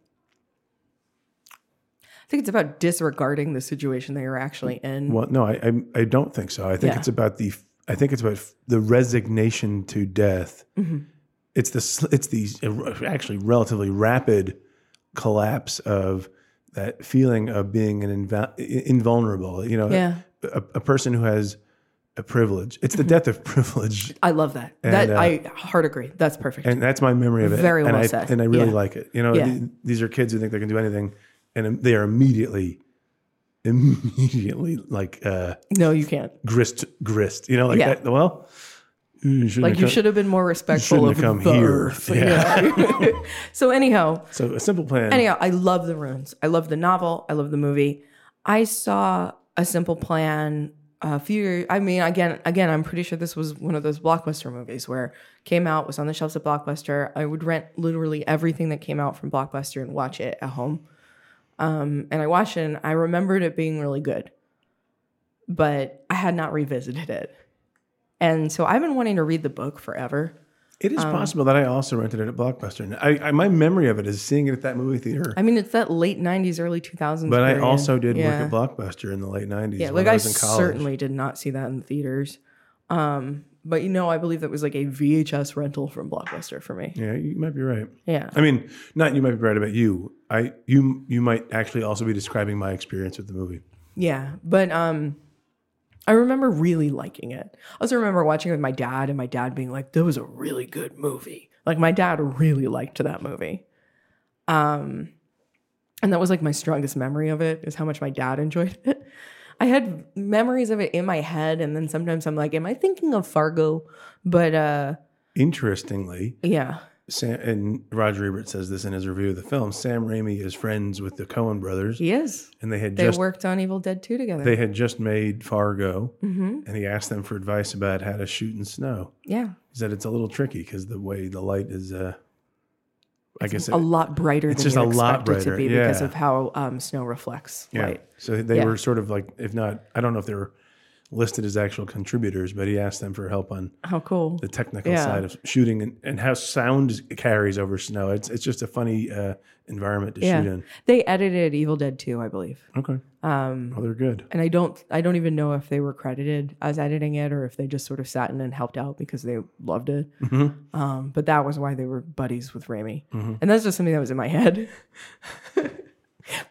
B: I think it's about disregarding the situation that you're actually in.
C: well, no, I, I I don't think so. I think
B: Yeah.
C: it's about the. I think it's about the resignation to death.
B: Mm-hmm.
C: It's the sl- it's the uh, actually relatively rapid collapse of that feeling of being an inva- invulnerable. You know,
B: Yeah. Mm-hmm.
C: a, a person who has a privilege. It's the death of *laughs* privilege,
B: I love that. that
C: uh,
B: I hard agree. That's perfect.
C: and that's my memory of it.
B: Very
C: and
B: well
C: I,
B: said.
C: And I really
B: Yeah.
C: like it. You know,
B: Yeah.
C: th- these are kids who think they can do anything, and they are immediately. Immediately, like uh,
B: no, you can't.
C: grist, grist. You know, like
B: Yeah.
C: that. Well, mm, you shouldn't
B: Like
C: have
B: you
C: come-
B: should have been more respectful
C: shouldn't
B: of
C: have come
B: the
C: here.
B: *laughs* earth. Yeah.
C: *laughs*
B: so anyhow,
C: So a simple plan.
B: Anyhow, I love the runes. I love the novel. I love the movie. I saw a simple plan a few years. I mean, again, again, I'm pretty sure this was one of those blockbuster movies where came out was on the shelves at Blockbuster. I would rent literally everything that came out from Blockbuster and watch it at home. Um, and I watched it and I remembered it being really good, but I had not revisited it. And so I've been wanting to read the book forever.
C: It
B: um,
C: is possible that I also rented it at Blockbuster. And I, I my memory of it is seeing it at that movie theater.
B: I mean, it's that late 90s, early 2000s.
C: but I
B: period.
C: also did
B: Yeah.
C: work at Blockbuster in the late '90s
B: Yeah,
C: when
B: like
C: I
B: I,
C: was in college.
B: certainly did not see that in the theaters. Um, but you know, I believe that was like a VHS rental from Blockbuster for me.
C: Yeah, you might be right.
B: Yeah.
C: I mean, not you might be right about you. I you you might actually also be describing my experience with the movie.
B: Yeah, but um I remember really liking it. I also remember watching it with my dad and my dad being like, "That was a really good movie." Like my dad really liked that movie. Um and that was like my strongest memory of it is how much my dad enjoyed it. I had memories of it in my head and then sometimes I'm like, "Am I thinking of Fargo?" But uh
C: Interestingly,
B: yeah.
C: Sam and Roger Ebert says this in his review of the film. Sam Raimi is friends with the Coen brothers,
B: He is.
C: and they had
B: They
C: just
B: worked on Evil Dead 2 together.
C: they had just made Fargo,
B: mhm.
C: and he asked them for advice about how to shoot in snow.
B: Yeah.
C: He said it's a little tricky because the way the light is. Uh, I guess
B: A
C: it,
B: lot brighter
C: It's
B: than
C: just a
B: you
C: lot
B: expect it to
C: brighter,
B: be because
C: yeah.
B: of how um, snow reflects
C: yeah.
B: light.
C: So they
B: Yeah.
C: were sort of like, if not, I don't know if they were listed as actual contributors, but he asked them for help on
B: How cool.
C: the technical
B: Yeah.
C: side of shooting and, and how sound carries over snow. It's it's just a funny uh, environment to
B: Yeah.
C: shoot in.
B: They edited Evil Dead 2, I believe.
C: Okay.
B: Um
C: Well, they're good.
B: and I don't I don't even know if they were credited as editing it or if they just sort of sat in and helped out because they loved it.
C: Mhm.
B: Um but that was why they were buddies with Raimi. And that's just something that was in my head.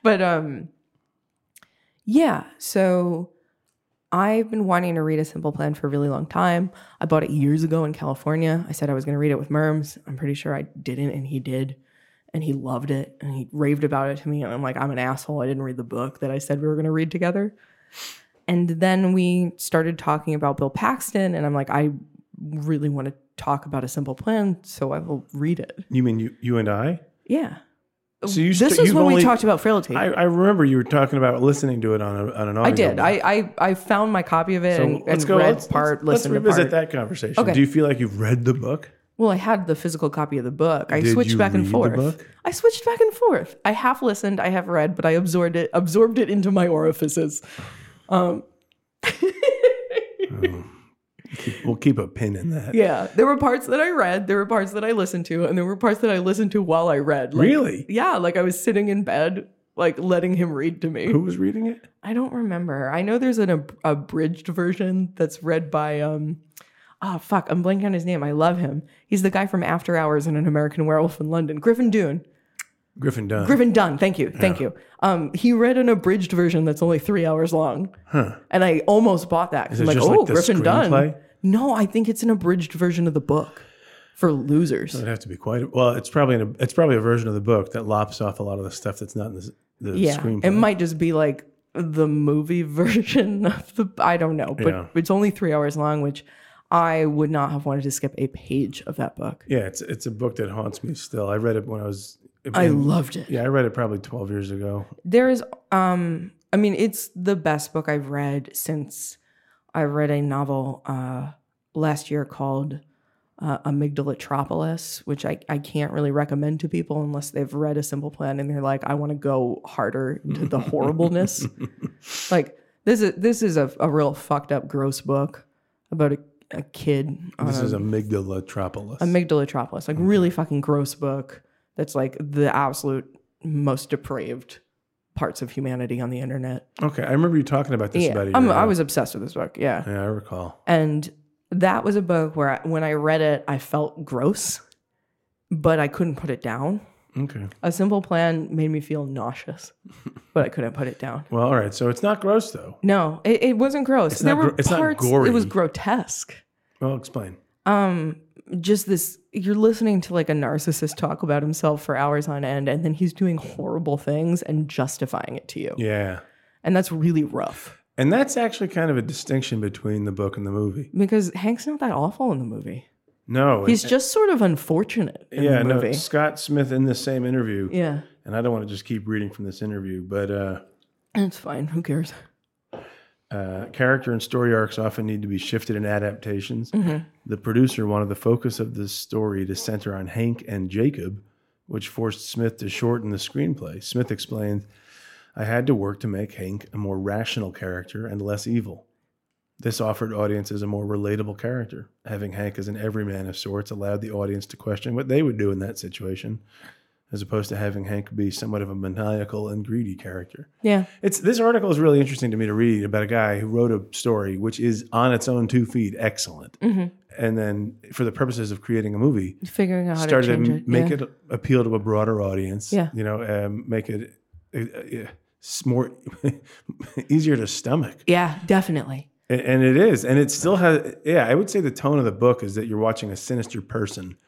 B: but um yeah, so I've been wanting to read A Simple Plan for a really long time. I bought it years ago in California. I said I was going to read it with Merms. I'm pretty sure I didn't, and he did. And he loved it and he raved about it to me. And I'm like, I'm an asshole. I didn't read the book that I said we were going to read together. And then we started talking about Bill Paxton. And I'm like, I really want to talk about A Simple Plan, so I will read it.
C: You mean you you and I?
B: Yeah.
C: So you
B: This
C: st-
B: is
C: you've
B: when we
C: only-
B: talked about frailty.
C: I,
B: I,
C: I remember you were talking about listening to it on, a, on an audio.
B: did. I, I I found my copy of it
C: so
B: and,
C: let's
B: and
C: go.
B: read
C: let's,
B: part,
C: let's,
B: listened
C: let's revisit
B: to part.
C: that conversation.
B: Okay.
C: Do you feel like you've read the book?
B: Well, I had the physical copy of the book. I
C: Did you
B: switched back and
C: read the
B: forth.
C: book?
B: I switched back and forth. I half listened, I half read, but I absorbed it absorbed it into my orifices.
C: We'll keep a pin in that.
B: Yeah, there were parts that I read, there were parts that I listened to, and there were parts that I listened to while I read. Like,
C: Really?
B: Yeah, like I was sitting in bed, like letting him read to me.
C: Who was reading it?
B: I don't remember. I know there's an ab- abridged version that's read by um oh fuck, I'm blanking on his name. I love him. He's the guy from After Hours and An American Werewolf in London, Griffin Dune.
C: Griffin Dunn.
B: Griffin Dunn, thank you, thank you. Um, he read an abridged version that's only three hours long,
C: Huh.
B: and I almost bought that.
C: Is
B: 'cause
C: it
B: I'm like,
C: just
B: oh,
C: like the
B: Griffin Dunn.
C: screenplay?
B: No, I think it's an abridged version of the book for losers.
C: It'd have to be quite. Well, it's probably an, it's probably a version of the book that lops off a lot of the stuff that's not in the, the
B: yeah,
C: screenplay.
B: it might just be like the movie *laughs* version of the. I don't know, but
C: Yeah.
B: it's only three hours long, which I would not have wanted to skip a page of that book.
C: Yeah, it's it's a book that haunts me still. I read it when I was.
B: I loved it.
C: yeah, I read it probably twelve years ago.
B: there is um i mean it's the best book i've read since i read a novel uh last year called uh, amygdalatropolis which I, I can't really recommend to people unless they've read a simple plan and they're like i want to go harder into the
C: *laughs*
B: horribleness like this is this is a, a real fucked up gross book about a, a kid on
C: This
B: a
C: is Amygdalatropolis.
B: Amygdalatropolis,
C: Mm-hmm.
B: like really fucking gross book that's like the absolute most depraved parts of humanity on the internet.
C: okay, I remember you talking about this
B: Yeah.
C: about a year
B: I'm,
C: ago.
B: I was obsessed with this book. Yeah.
C: Yeah, I recall.
B: And that was a book where I, when I read it, I felt gross, but I couldn't put it down.
C: Okay.
B: A simple plan made me feel
C: *laughs*
B: nauseous, but I couldn't put it down.
C: Well, all right. So it's not gross though.
B: No, it, it wasn't gross.
C: It's
B: there
C: not gro-
B: were
C: it's not
B: parts,
C: gory.
B: it was grotesque.
C: Well, explain.
B: um just this you're listening to like a narcissist talk about himself for hours on end and then he's doing horrible things and justifying it to you
C: Yeah,
B: and that's really rough
C: and that's actually kind of a distinction between the book and the movie.
B: because hank's not that awful in the movie
C: No,
B: he's
C: and-
B: just sort of unfortunate in
C: yeah.
B: the
C: No,
B: movie
C: Scott Smith in this same interview,
B: yeah
C: and I don't want to just keep reading from this interview, but. uh
B: it's fine who cares
C: Uh, character and story arcs often need to be shifted in adaptations. The producer wanted the focus of this story to center on Hank and Jacob, which forced Smith to shorten the screenplay. Smith explained, I had to work to make Hank a more rational character and less evil. This offered audiences a more relatable character. Having Hank as an everyman of sorts allowed the audience to question what they would do in that situation, as opposed to having Hank be somewhat of a maniacal and greedy character.
B: Yeah.
C: It's this article is really interesting to me to read about a guy who wrote a story which is on its own two feet excellent,
B: Mm-hmm.
C: and then for the purposes of creating a movie,
B: Figuring out how
C: started to
B: to change
C: m-
B: it.
C: make
B: yeah.
C: it appeal to a broader audience.
B: Yeah.
C: you know, um, make it uh, uh, s- more *laughs* easier to stomach.
B: Yeah, definitely.
C: And, and it is. And it still has, yeah, I would say the tone of the book is that you're watching a sinister person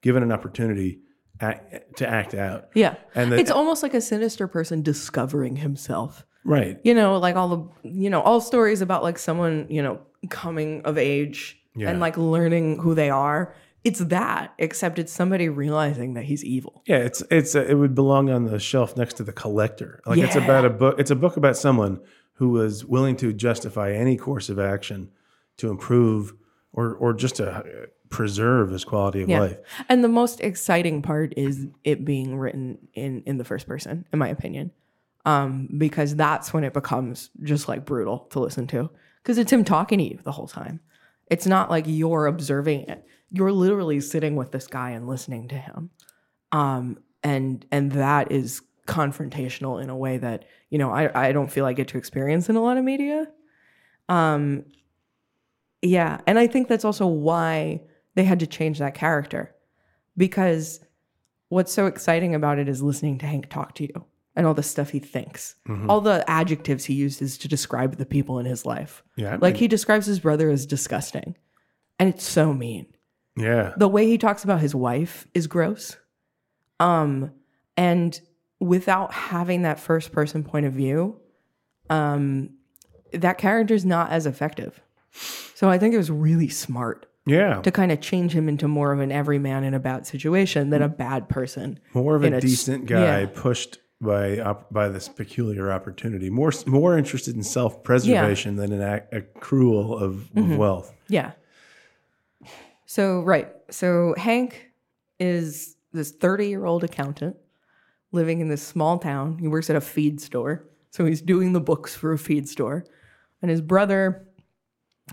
C: given an opportunity act, to act out.
B: Yeah.
C: And the,
B: it's almost like a sinister person discovering himself.
C: right.
B: You know, like all the, you know, all stories about like someone, you know, coming of age
C: Yeah.
B: and like learning who they are. It's that, except it's somebody realizing that he's evil.
C: Yeah, it's it's uh it would belong on the shelf next to the collector. Like it's
B: Yeah.
C: about a book. It's a book about someone who was willing to justify any course of action to improve or or just to uh, preserve his quality of
B: Yeah.
C: life.
B: And the most exciting part is it being written in in the first person, in my opinion. Um, because that's when it becomes just like brutal to listen to. Because it's him talking to you the whole time. It's not like you're observing it. You're literally sitting with this guy and listening to him. Um, and and that is confrontational in a way that, you know, I, I don't feel I get to experience in a lot of media. Um, yeah. And I think that's also why they had to change that character because what's so exciting about it is listening to Hank talk to you and all the stuff he thinks,
C: Mhm.
B: all the adjectives he uses to describe the people in his life.
C: Yeah, I
B: Like
C: mean,
B: he describes his brother as disgusting, and it's so mean.
C: yeah,
B: The way he talks about his wife is gross. Um, and without having that first person point of view, um, that character's not as effective. So I think it was really smart
C: yeah.
B: to kind of change him into more of an everyman in a bad situation than a bad person.
C: More of a
B: in a-
C: decent guy
B: yeah.
C: pushed by op- by this peculiar opportunity. More s- more interested in self preservation than an ac- accrual of, of
B: Mm-hmm.
C: wealth.
B: Yeah. So, right. So, Hank is this 30 year old accountant living in this small town. He works at a feed store. So, he's doing the books for a feed store. And his brother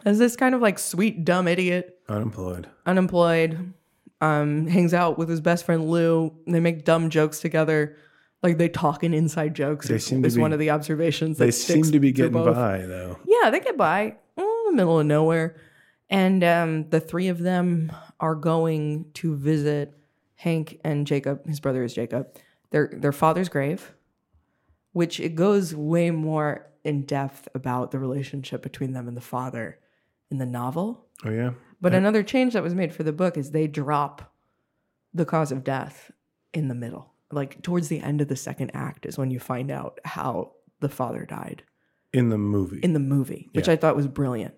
B: is this kind of like sweet, dumb idiot,
C: Unemployed.
B: unemployed, um, hangs out with his best friend Lou. They make dumb jokes together. Like they talk in inside jokes.
C: They
B: is-
C: seem to
B: is
C: be-
B: one of the observations. That
C: They seem
B: sticks
C: to be getting
B: both.
C: by though.
B: Yeah, they get by mm, the middle of nowhere. And um, the three of them are going to visit Hank and Jacob. His brother is Jacob. Their their father's grave, which it goes way more in depth about the relationship between them and the father in the novel.
C: Oh yeah.
B: But another change that was made for the book is they drop the cause of death in the middle. Like towards the end of the second act is when you find out how the father died
C: In the movie.
B: in the movie, which I thought was brilliant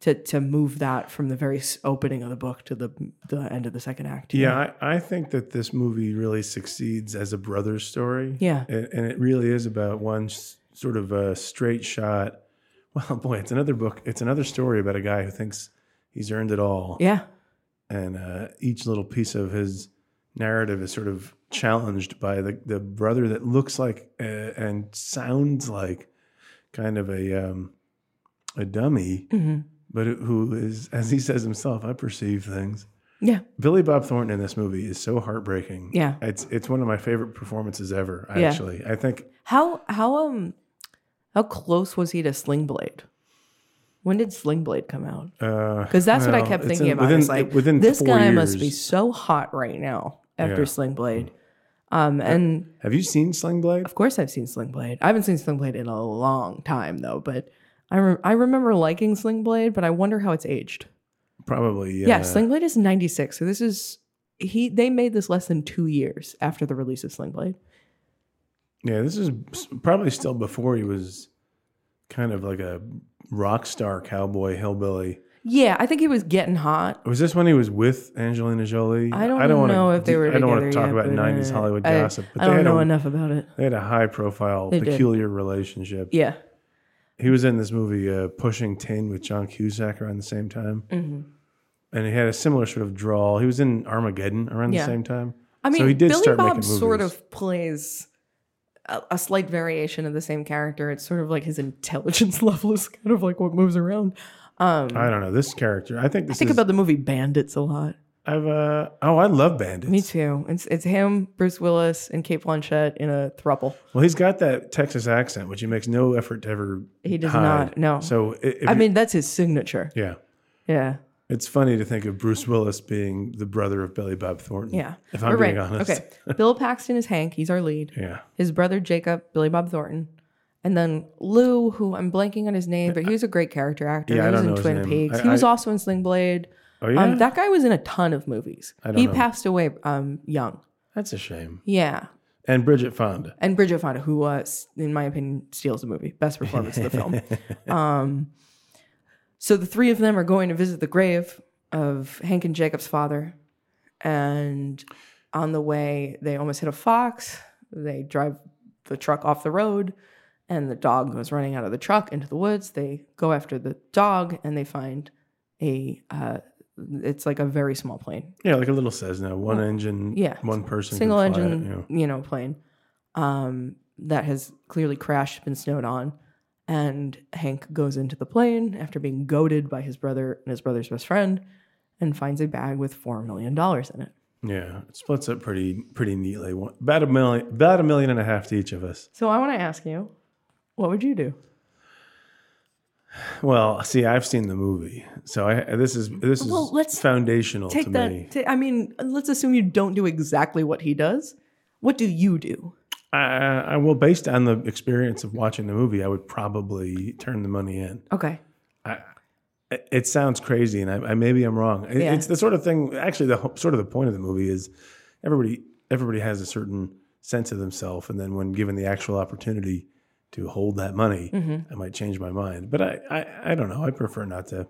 B: to to move that from the very s- opening of the book to the the end of the second act.
C: Yeah, I, I think that this movie really succeeds as a brother's story.
B: Yeah.
C: And, and it really is about one s- sort of a straight shot. *laughs* Well, boy, it's another book. It's another story about a guy who thinks he's earned it all.
B: Yeah.
C: And uh, each little piece of his narrative is sort of challenged by the, the brother that looks like uh, and sounds like kind of a, um, a dummy,
B: hmm
C: but who is, as he says himself, I perceive things.
B: Yeah.
C: Billy Bob Thornton in this movie is so heartbreaking.
B: Yeah.
C: It's it's one of my favorite performances ever,
B: Yeah.
C: actually. I think
B: How how um how close was he to Sling Blade? When did Sling Blade come out?
C: uh
B: Because that's what I
C: well,
B: kept
C: it's
B: thinking
C: in-
B: about.
C: Within,
B: it's like
C: within
B: this
C: four
B: guy must be
C: years.
B: so hot right now after
C: Yeah. Mm.
B: Sling Blade. Um, and
C: Have you seen Sling Blade?
B: of course I've seen Sling Blade. I haven't seen Sling Blade in a long time though, but I re- I remember liking Sling Blade, but I wonder how it's aged.
C: Probably, uh, yeah.
B: Yeah, Sling Blade is 96. So this is he they made this less than 2 years after the release of Sling Blade.
C: Yeah, this is s- probably still before he was kind of like a rock star cowboy hillbilly.
B: Yeah, I think he was getting hot.
C: Was this when he was with Angelina Jolie?
B: I don't,
C: wanna
B: know if they
C: d-
B: were
C: I don't
B: together
C: want to talk
B: yet,
C: about
B: but, uh,
C: 90s Hollywood
B: I,
C: gossip, but
B: I
C: they
B: don't
C: had
B: know
C: a,
B: enough about it.
C: they had a high profile
B: They did.
C: peculiar relationship.
B: Yeah.
C: He was in this movie uh, Pushing Tin with John Cusack around the same time.
B: hmm
C: and he had a similar sort of drawl. He was in Armageddon around
B: Yeah.
C: the same time.
B: I mean,
C: he did
B: Billy
C: start
B: Bob
C: making
B: sort
C: movies.
B: of plays a, a slight variation of the same character. It's sort of like his intelligence *laughs* level is kind of like what moves around. Um,
C: I don't know this character. I think
B: I
C: this
B: think
C: is.
B: about the movie Bandits a lot.
C: I've uh oh, I love bandits.
B: Me too. It's it's him, Bruce Willis, and Kate Blanchett in a thruple.
C: Well, he's got that Texas accent, which he makes no effort to ever.
B: He does
C: hide.
B: not. No.
C: So i- if
B: I
C: you-
B: mean, that's his signature.
C: yeah,
B: Yeah.
C: it's funny to think of Bruce Willis being the brother of Billy Bob Thornton.
B: Yeah.
C: if I'm
B: We're
C: being
B: right.
C: *laughs* honest.
B: Okay. Bill Paxton is Hank. He's our lead.
C: Yeah,
B: His brother Jacob, Billy Bob Thornton. And then Lou, who I'm blanking on his name, but he was a great character actor.
C: Yeah, I
B: he was
C: don't
B: in
C: know his
B: Twin
C: name.
B: Peaks.
C: I-
B: he was
C: I-
B: also in Sling Blade.
C: Oh, yeah?
B: Um, that guy was in a ton of movies.
C: I don't
B: He
C: know.
B: passed away um, young.
C: that's a shame.
B: Yeah.
C: And Bridget Fonda.
B: and Bridget Fonda, who was, in my opinion, steals the movie. Best performance of
C: *laughs*
B: the film. Um, so the three of them are going to visit the grave of Hank and Jacob's father, and on the way they almost hit a fox. They drive the truck off the road, and the dog goes running out of the truck into the woods. They go after the dog, and they find a. Uh, it's like a very small plane
C: Yeah, like a little says now, one engine.
B: yeah.
C: one person. can
B: single
C: fly it,
B: engine,
C: you know.
B: you know, plane um, that has clearly crashed, been snowed on, and Hank goes into the plane after being goaded by his brother and his brother's best friend, and finds a bag with four million dollars in it.
C: Yeah, it splits up pretty pretty neatly. One- About a million, about a million and a half to each of us.
B: So I want to ask you, what would you do?
C: Well, see, I've seen the movie, so I this is this is
B: Well, let's
C: foundational
B: Take
C: to
B: that.
C: me.
B: ta- I mean, let's assume you don't do exactly what he does. What do you do?
C: I, I I- well, based on the experience of watching the movie, I would probably turn the money in.
B: Okay.
C: It- It sounds crazy, and I, I maybe I'm wrong. It-
B: Yeah.
C: It's the sort of thing. Actually, the ho- sort of the point of the movie is everybody everybody has a certain sense of themselves, and then when given the actual opportunity to hold that money, I might change my mind. But I, I I don't know. I prefer not to.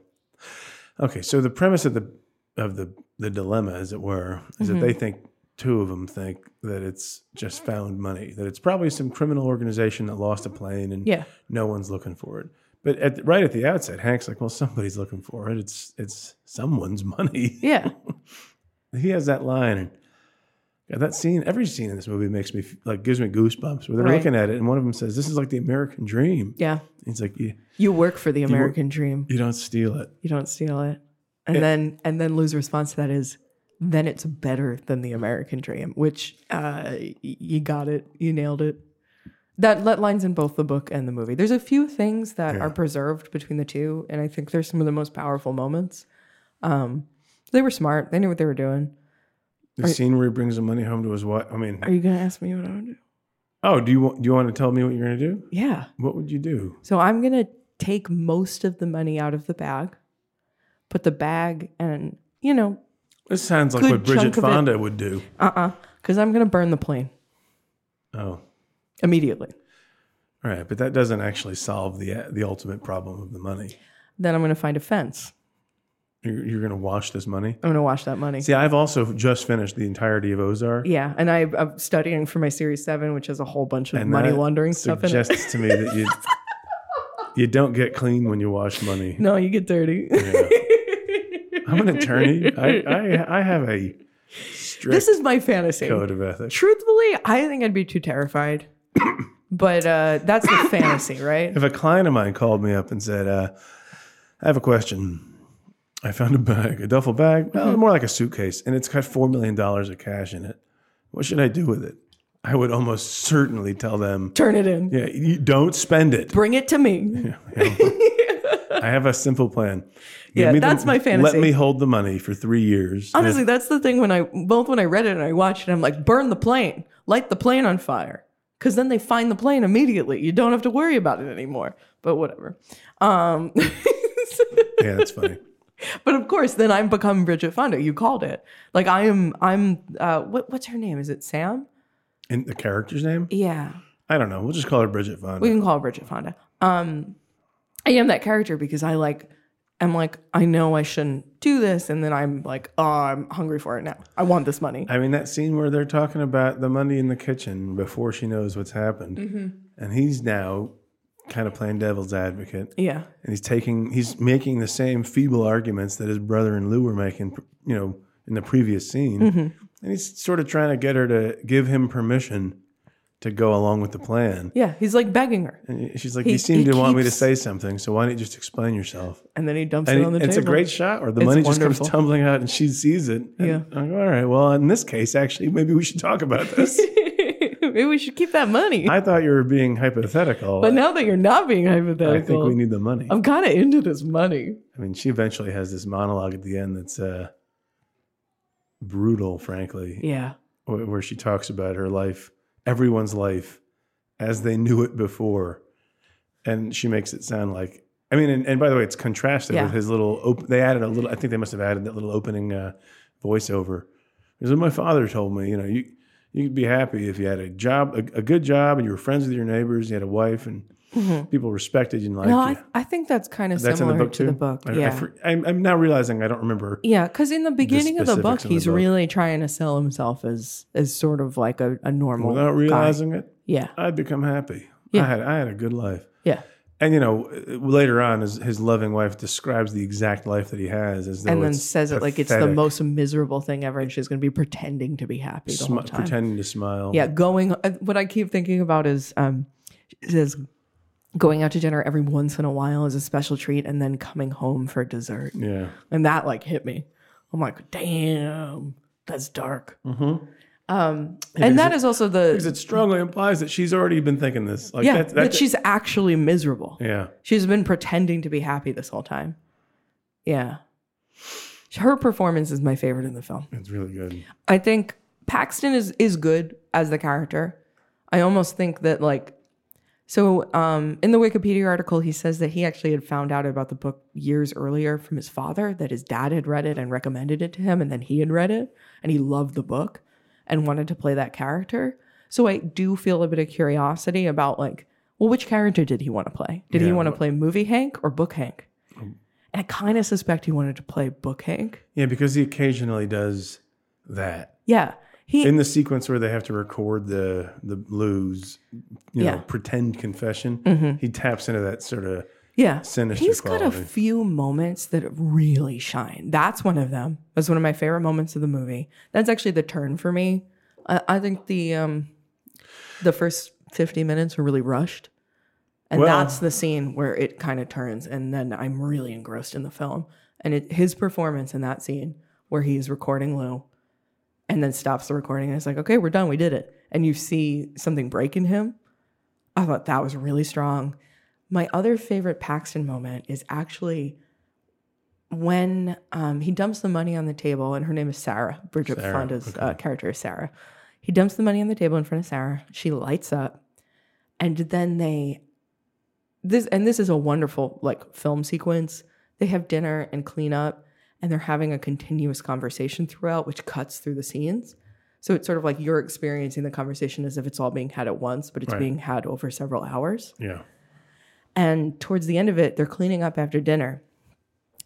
C: Okay, so the premise of the of the the dilemma, as it were, is that they think two of them think that it's just found money, that it's probably some criminal organization that lost a plane and
B: Yeah.
C: no one's looking for it. But at, right at the outset, Hank's like, "Well, somebody's looking for it. It's it's someone's *laughs* money."
B: Yeah.
C: he has that line and yeah, that scene every scene in this movie makes me f- like gives me goosebumps where they're
B: Right.
C: looking at it and one of them says this is like the american dream
B: yeah.
C: he's like you,
B: You work for the American dream.
C: you don't steal it
B: you don't steal it and then and then lou's response to that is then it's better than the american dream which uh y- you got it you nailed it that, that line's in both the book and the movie there's a few things that are preserved between the two and i think they're some of the most powerful moments um they were smart they knew what they were doing
C: the scene where he brings the money home to his wife i mean
B: are you gonna ask me what i would do
C: oh do you want do you want to tell me what you're going to do
B: yeah
C: what would you do
B: So I'm going to take most of the money out of the bag, put the bag and, you know,
C: this sounds like
B: Good
C: what bridget
B: chunk of it.
C: fonda would do
B: uh uh because I'm going to burn the plane
C: oh
B: immediately.
C: all right but that doesn't actually solve the the ultimate problem of the money
B: Then I'm going to find a fence.
C: you're, you're going to wash this money
B: I'm going to wash that money.
C: see i've also just finished the entirety of ozark
B: yeah, and I, I'm studying for my Series 7, which has a whole bunch of
C: And
B: money
C: that
B: laundering stuff in it.
C: suggests to me that
B: *laughs*
C: you you don't get clean when you wash money.
B: No, you
C: *laughs*
B: get dirty.
C: I'm an attorney. I I, I have a strict
B: this is my fantasy.
C: code of ethics.
B: Truthfully, I think I'd be
C: *coughs*
B: too terrified. but uh, that's the fantasy, right?
C: If a client of mine called me up and said, uh, "I have a question. I found a bag, a duffel bag, well,
B: Mm-hmm.
C: more like a suitcase, and it's got four million dollars of cash in it. What should I do with it?" I would almost certainly tell them,
B: Turn it in.
C: "Yeah, you don't spend it.
B: Bring it
C: *laughs*
B: to me.
C: I have a simple plan. Give
B: Yeah,
C: me the-
B: that's my fantasy.
C: Let me hold the money for three years. And if
B: Honestly, that's the thing when I both when I read it and I watched it, I'm like, burn the plane, light the plane on fire. Cause then they find the plane immediately. You don't have to worry about it anymore. But whatever. Um *laughs*
C: Yeah, that's funny.
B: But of course, then I've become Bridget Fonda. You called it. Like I am I'm uh what what's her name? Is it Sam?
C: And the character's name?
B: Yeah.
C: I don't know. We'll just call her Bridget Fonda.
B: We can call her Bridget Fonda. Um I am that character because I like I'm like, I know I shouldn't do this, and then I'm like, oh, I'm hungry for it now. I want this money.
C: I mean, that scene where they're talking about the money in the kitchen before she knows what's happened,
B: Mm-hmm.
C: and he's now kind of playing devil's advocate,
B: yeah.
C: and he's taking, he's making the same feeble arguments that his brother and Lou were making, you know,
B: Mm-hmm.
C: in the previous scene, and he's sort of trying to get her to give him permission to go along with the plan.
B: Yeah, he's like begging her,
C: And she's like,
B: He-
C: you seem
B: he
C: to want me to
B: keeps-
C: say something, so why don't you just explain yourself?
B: and then he dumps it
C: And
B: on the
C: it's
B: table.
C: a great shot, or the
B: It's
C: money just
B: wonderful.
C: comes tumbling out, and she sees it. And
B: Yeah.
C: I go, all right. Well, in this case, actually, maybe we should talk about this.
B: *laughs* Maybe we should keep that money.
C: I thought you were being hypothetical,
B: but now that you're not being
C: I
B: hypothetical,
C: think we need the money.
B: I'm kind of into this money.
C: I mean, she eventually has this monologue at the end that's uh, brutal, frankly,
B: Yeah.
C: wh- where she talks about her life, everyone's life, as they knew it before, and she makes it sound like. I mean, and, and by the way, it's contrasted
B: Yeah.
C: with his little. Op- they added a little. I think they must have added that little opening uh, voiceover. Because what my father told me, you know, you you'd be happy if you had a job, a, a good job, and you were friends with your neighbors, you had a wife, and people respected you and liked
B: Mm-hmm. no,
C: you.
B: I, I think that's kind of
C: That's in
B: similar
C: the book
B: to
C: too.
B: the book.
C: I,
B: yeah.
C: I, fr- I'm, I'm now realizing I don't remember.
B: Yeah, because in the beginning of the book,
C: specifics in the
B: he's
C: book.
B: really trying to sell himself as as sort of like a, a normal
C: Without
B: guy.
C: realizing it,
B: Yeah,
C: I'd become happy.
B: Yeah.
C: I had I had a good life.
B: yeah,
C: And you know, uh, later on, his, his loving wife describes the exact life that he has as though
B: and then
C: it's
B: says it like it's the
C: pathetic,
B: most miserable thing ever, and she's going to be pretending to be happy the whole
C: smi-
B: time.
C: pretending to smile.
B: Yeah, going. uh, What I keep thinking about is um, she says going out to dinner every once in a while is a special treat, and then coming home for dessert,
C: yeah.
B: and that like hit me. I'm like, damn, that's dark.
C: Mhm.
B: Um, and that is also the
C: Because it strongly implies that she's already been thinking this. Like
B: yeah
C: that's,
B: that
C: that's,
B: she's actually miserable.
C: yeah.
B: She's been pretending to be happy this whole time. Yeah. Her performance is my favorite in the film.
C: It's really good.
B: I think Paxton is is good as the character. I almost think that like so um in the Wikipedia article he says that he actually had found out about the book years earlier from his father that his dad had read it and recommended it to him and then he had read it and he loved the book and wanted to play that character. So I do feel a bit of curiosity about like well which character did he want to play? Did he
C: Yeah,
B: want to
C: what- Um,
B: play movie Hank or book Hank? And I kind of suspect he wanted to play book Hank.
C: Yeah, because he occasionally does that
B: Yeah. He
C: in the sequence where they have to record the the blues, you
B: Yeah. Mm-hmm.
C: know, pretend confession. He taps into that sort of
B: Yeah.
C: sinister
B: He's got a
C: quality.
B: few moments that really shine. That's one of them. That's one of my favorite moments of the movie. That's actually the turn for me. I, I think the um the first 50 minutes were really rushed. And
C: Well-
B: that's the scene where it kind of turns and then I'm really engrossed in the film. And it, his performance in that scene where he's recording Lou and then stops the recording and it's like, okay, we're done, we did it. And you see something break in him. I thought that was really strong. My other favorite Paxton moment is actually when um, he dumps the money on the table, and her name is Sarah. Bridget
C: Sarah,
B: Fonda's
C: okay.
B: uh, character is Sarah. He dumps the money on the table in front of Sarah. She lights up, and then they this and this is a wonderful like film sequence. They have dinner and clean up, and they're having a continuous conversation throughout, which cuts through the scenes. So it's sort of like you're experiencing the conversation as if it's all being had at once, but it's
C: Right.
B: being had over several hours.
C: yeah.
B: And towards the end of it, they're cleaning up after dinner,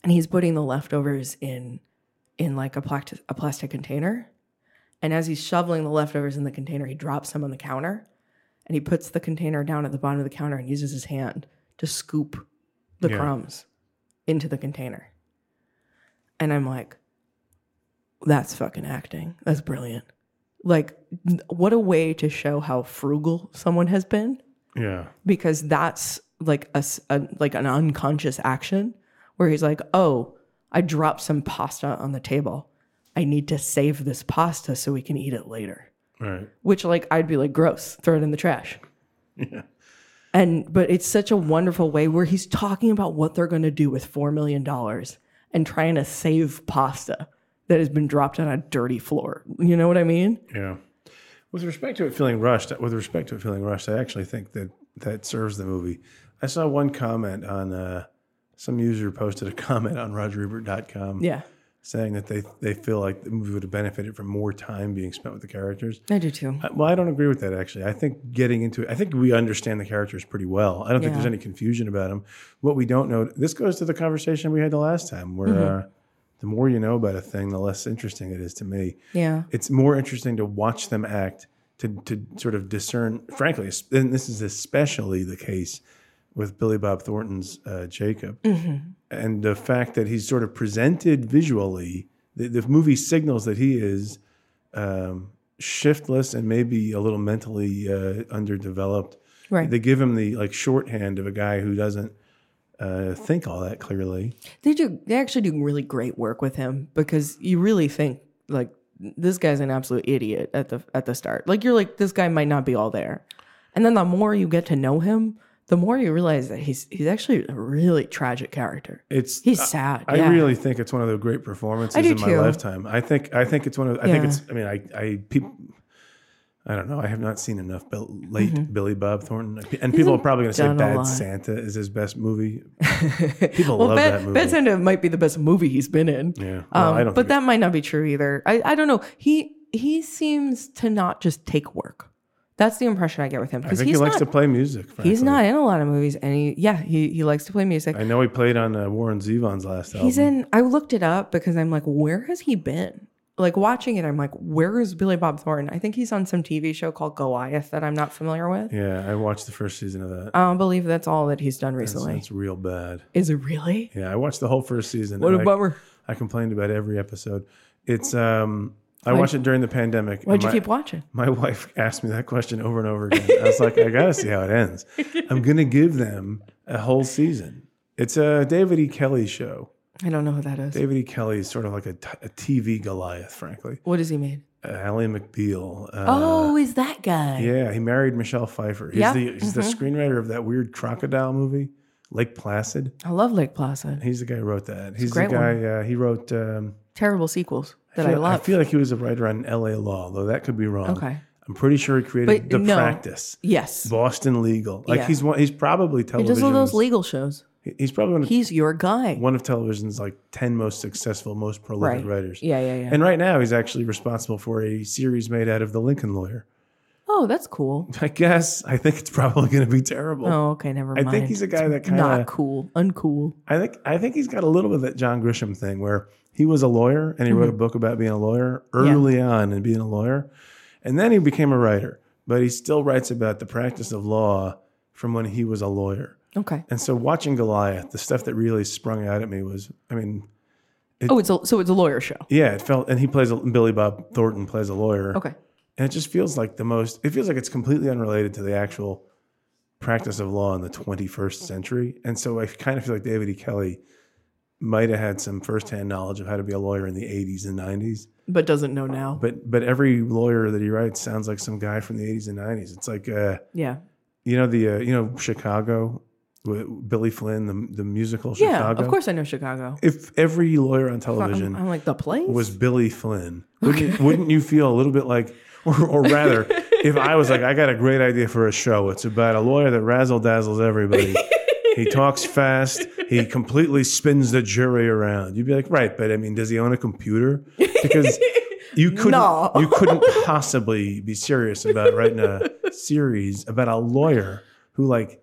B: and he's putting the leftovers in in like a plastic a plastic container. And as he's shoveling the leftovers in the container, he drops some on the counter, and he puts the container down at the bottom of the counter and uses his hand to scoop the
C: Yeah.
B: crumbs into the container. And I'm like, that's fucking acting. That's brilliant. Like, n- what a way to show how frugal someone has been
C: Yeah.
B: because that's like a, s- a- like an unconscious action where he's like, "Oh, I dropped some pasta on the table. I need to save this pasta so we can eat it later."
C: Right.
B: Which like I'd be like, "Gross, throw it in the trash."
C: Yeah.
B: And but it's such a wonderful way where he's talking about what they're going to do with 4 million dollars and trying to save pasta that has been dropped on a dirty floor. You know what I mean?
C: Yeah. With respect to it feeling rushed, with respect to it feeling rushed, I actually think that that serves the movie. I saw one comment on uh, some user posted a *laughs* comment on RogerEbert.com
B: Yeah.
C: saying that they they feel like the movie would have benefited from more time being spent with the characters.
B: I do too.
C: I- Well, I don't agree with that actually. I think getting into it, I think we understand the characters pretty well. I don't think
B: Yeah.
C: there's any confusion about them. What we don't know, this goes to the conversation we had the last time, where
B: Mm-hmm.
C: uh, the more you know about a thing, the less interesting it is to me
B: Yeah.
C: it's more interesting to watch them act to to sort of discern. Frankly, es- and this is especially the case with Billy Bob Thornton's uh, Jacob,
B: Mm-hmm.
C: and the fact that he's sort of presented visually. The, the movie signals that he is um, shiftless and maybe a little mentally uh, underdeveloped.
B: Right.
C: They give him the like shorthand of a guy who doesn't uh, think all that clearly.
B: They do. They actually do really great work with him because you really think like this guy's an absolute idiot at the at the start. Like you're like this guy might not be all there, and then the more you get to know him, the more you realize that he's he's actually a really tragic character.
C: It's uh,
B: He's sad.
C: I
B: yeah.
C: really think it's one of the great performances
B: I do
C: in my
B: too.
C: lifetime. I think I think it's one of I think
B: Yeah.
C: it's I mean I I people I don't know. I have not seen enough Bill, late Billy Bob Thornton, and people are probably going to say
B: Mm-hmm. done a
C: Bad
B: lot.
C: Santa is his best
B: *laughs*
C: movie. people
B: well,
C: love
B: Bad,
C: that movie.
B: Bad Santa might be the best movie he's been in.
C: yeah, well,
B: Um,
C: I don't.
B: but
C: think
B: that might not be true either. I, I don't know. He he seems to not just take work. That's the impression I get with him
C: it- I
B: because
C: think he
B: he's
C: likes
B: not
C: to play music.
B: he's
C: frankly.
B: not in a lot of movies. And he yeah he he likes to play music.
C: I know he played on uh, Warren Zevon's last album.
B: He's in. I looked it up because I'm like, where has he been? Like watching it, I'm like, where is Billy Bob Thornton? I think he's on some TV show called Goliath that I'm not familiar with.
C: yeah, I watched the first season of that.
B: I don't believe that's all that he's done
C: It's,
B: recently.
C: it's real bad.
B: Is it really?
C: Yeah, I watched the whole first season.
B: What
C: and
B: a
C: I-
B: bummer.
C: I complained about every episode. It's um I watched it during the pandemic. and
B: Oh. Why'd you
C: my-
B: keep watching?
C: My *laughs* wife asked me that question over and over again. I was like, I gotta see how it
B: *laughs*
C: ends. I'm gonna give them a whole season. It's a David E. Kelly show.
B: I don't know who that is.
C: David E. Kelly is sort of like a, t- a TV Goliath, frankly.
B: What has he made?
C: Uh, Ally McBeal. Uh,
B: oh, is that guy?
C: yeah, he married Michelle Pfeiffer. He's
B: Yeah, Mm-hmm.
C: the he's the screenwriter of that weird crocodile movie, Lake Placid.
B: I love Lake Placid.
C: He's the guy who wrote that. He's
B: great
C: the guy. Uh, he wrote. Um,
B: Terrible sequels that I,
C: feel-
B: love.
C: feel like he was a writer on L.A. Law, though that could be wrong.
B: okay.
C: I'm pretty sure he created
B: But
C: the
B: no.
C: practice,
B: Yes.
C: Boston Legal. Like
B: Yeah.
C: he's one. He's probably
B: He
C: television.
B: does all those legal shows.
C: he's probably one of,
B: He's your guy.
C: one of television's like ten most successful, most prolific
B: Right.
C: writers.
B: Yeah, yeah, yeah.
C: And right now, he's actually responsible for a series made out of The Lincoln Lawyer.
B: oh, that's cool.
C: I guess I think it's probably going to be terrible.
B: Oh, okay, never
C: I
B: mind.
C: think he's a guy that kind
B: not
C: of.
B: cool, uncool.
C: I think I think he's got a little bit of that John Grisham thing where he was a lawyer and he wrote a book about being a lawyer early on and being a lawyer, and then he became a writer. But he still writes about the practice of law from when he was a lawyer.
B: Okay.
C: And so watching Goliath, the stuff that really sprung out at me was, I mean,
B: Oh, it's a, so it's a lawyer show.
C: yeah, it felt. And he plays a, Billy Bob Thornton plays a lawyer.
B: Okay.
C: and it just feels like the most it feels like it's completely unrelated to the actual practice of law in the 21st century and so i kind of feel like david e kelly might have had some firsthand knowledge of how to be a lawyer in the 80s and 90s
B: But doesn't know now.
C: but but every lawyer that he writes sounds like some guy from the 80s and 90s it's like uh
B: Yeah.
C: you know the uh, you know chicago with billy flynn the, the musical
B: Yeah.
C: chicago
B: Of course um, I know Chicago.
C: if every lawyer on
B: I'm-
C: television
B: I'm, like the place.
C: was Billy Flynn, wouldn't, wouldn't you feel a little bit like, or, or
B: *laughs*
C: rather, if I was like, I got a great idea for a show. It's about a lawyer that razzle dazzles everybody.
B: *laughs*
C: he talks fast. He completely spins the jury around. You'd be like, right, but I mean, does he own a computer?
B: *laughs*
C: Because you couldn't,
B: No.
C: you couldn't possibly be serious about writing a series about a lawyer who like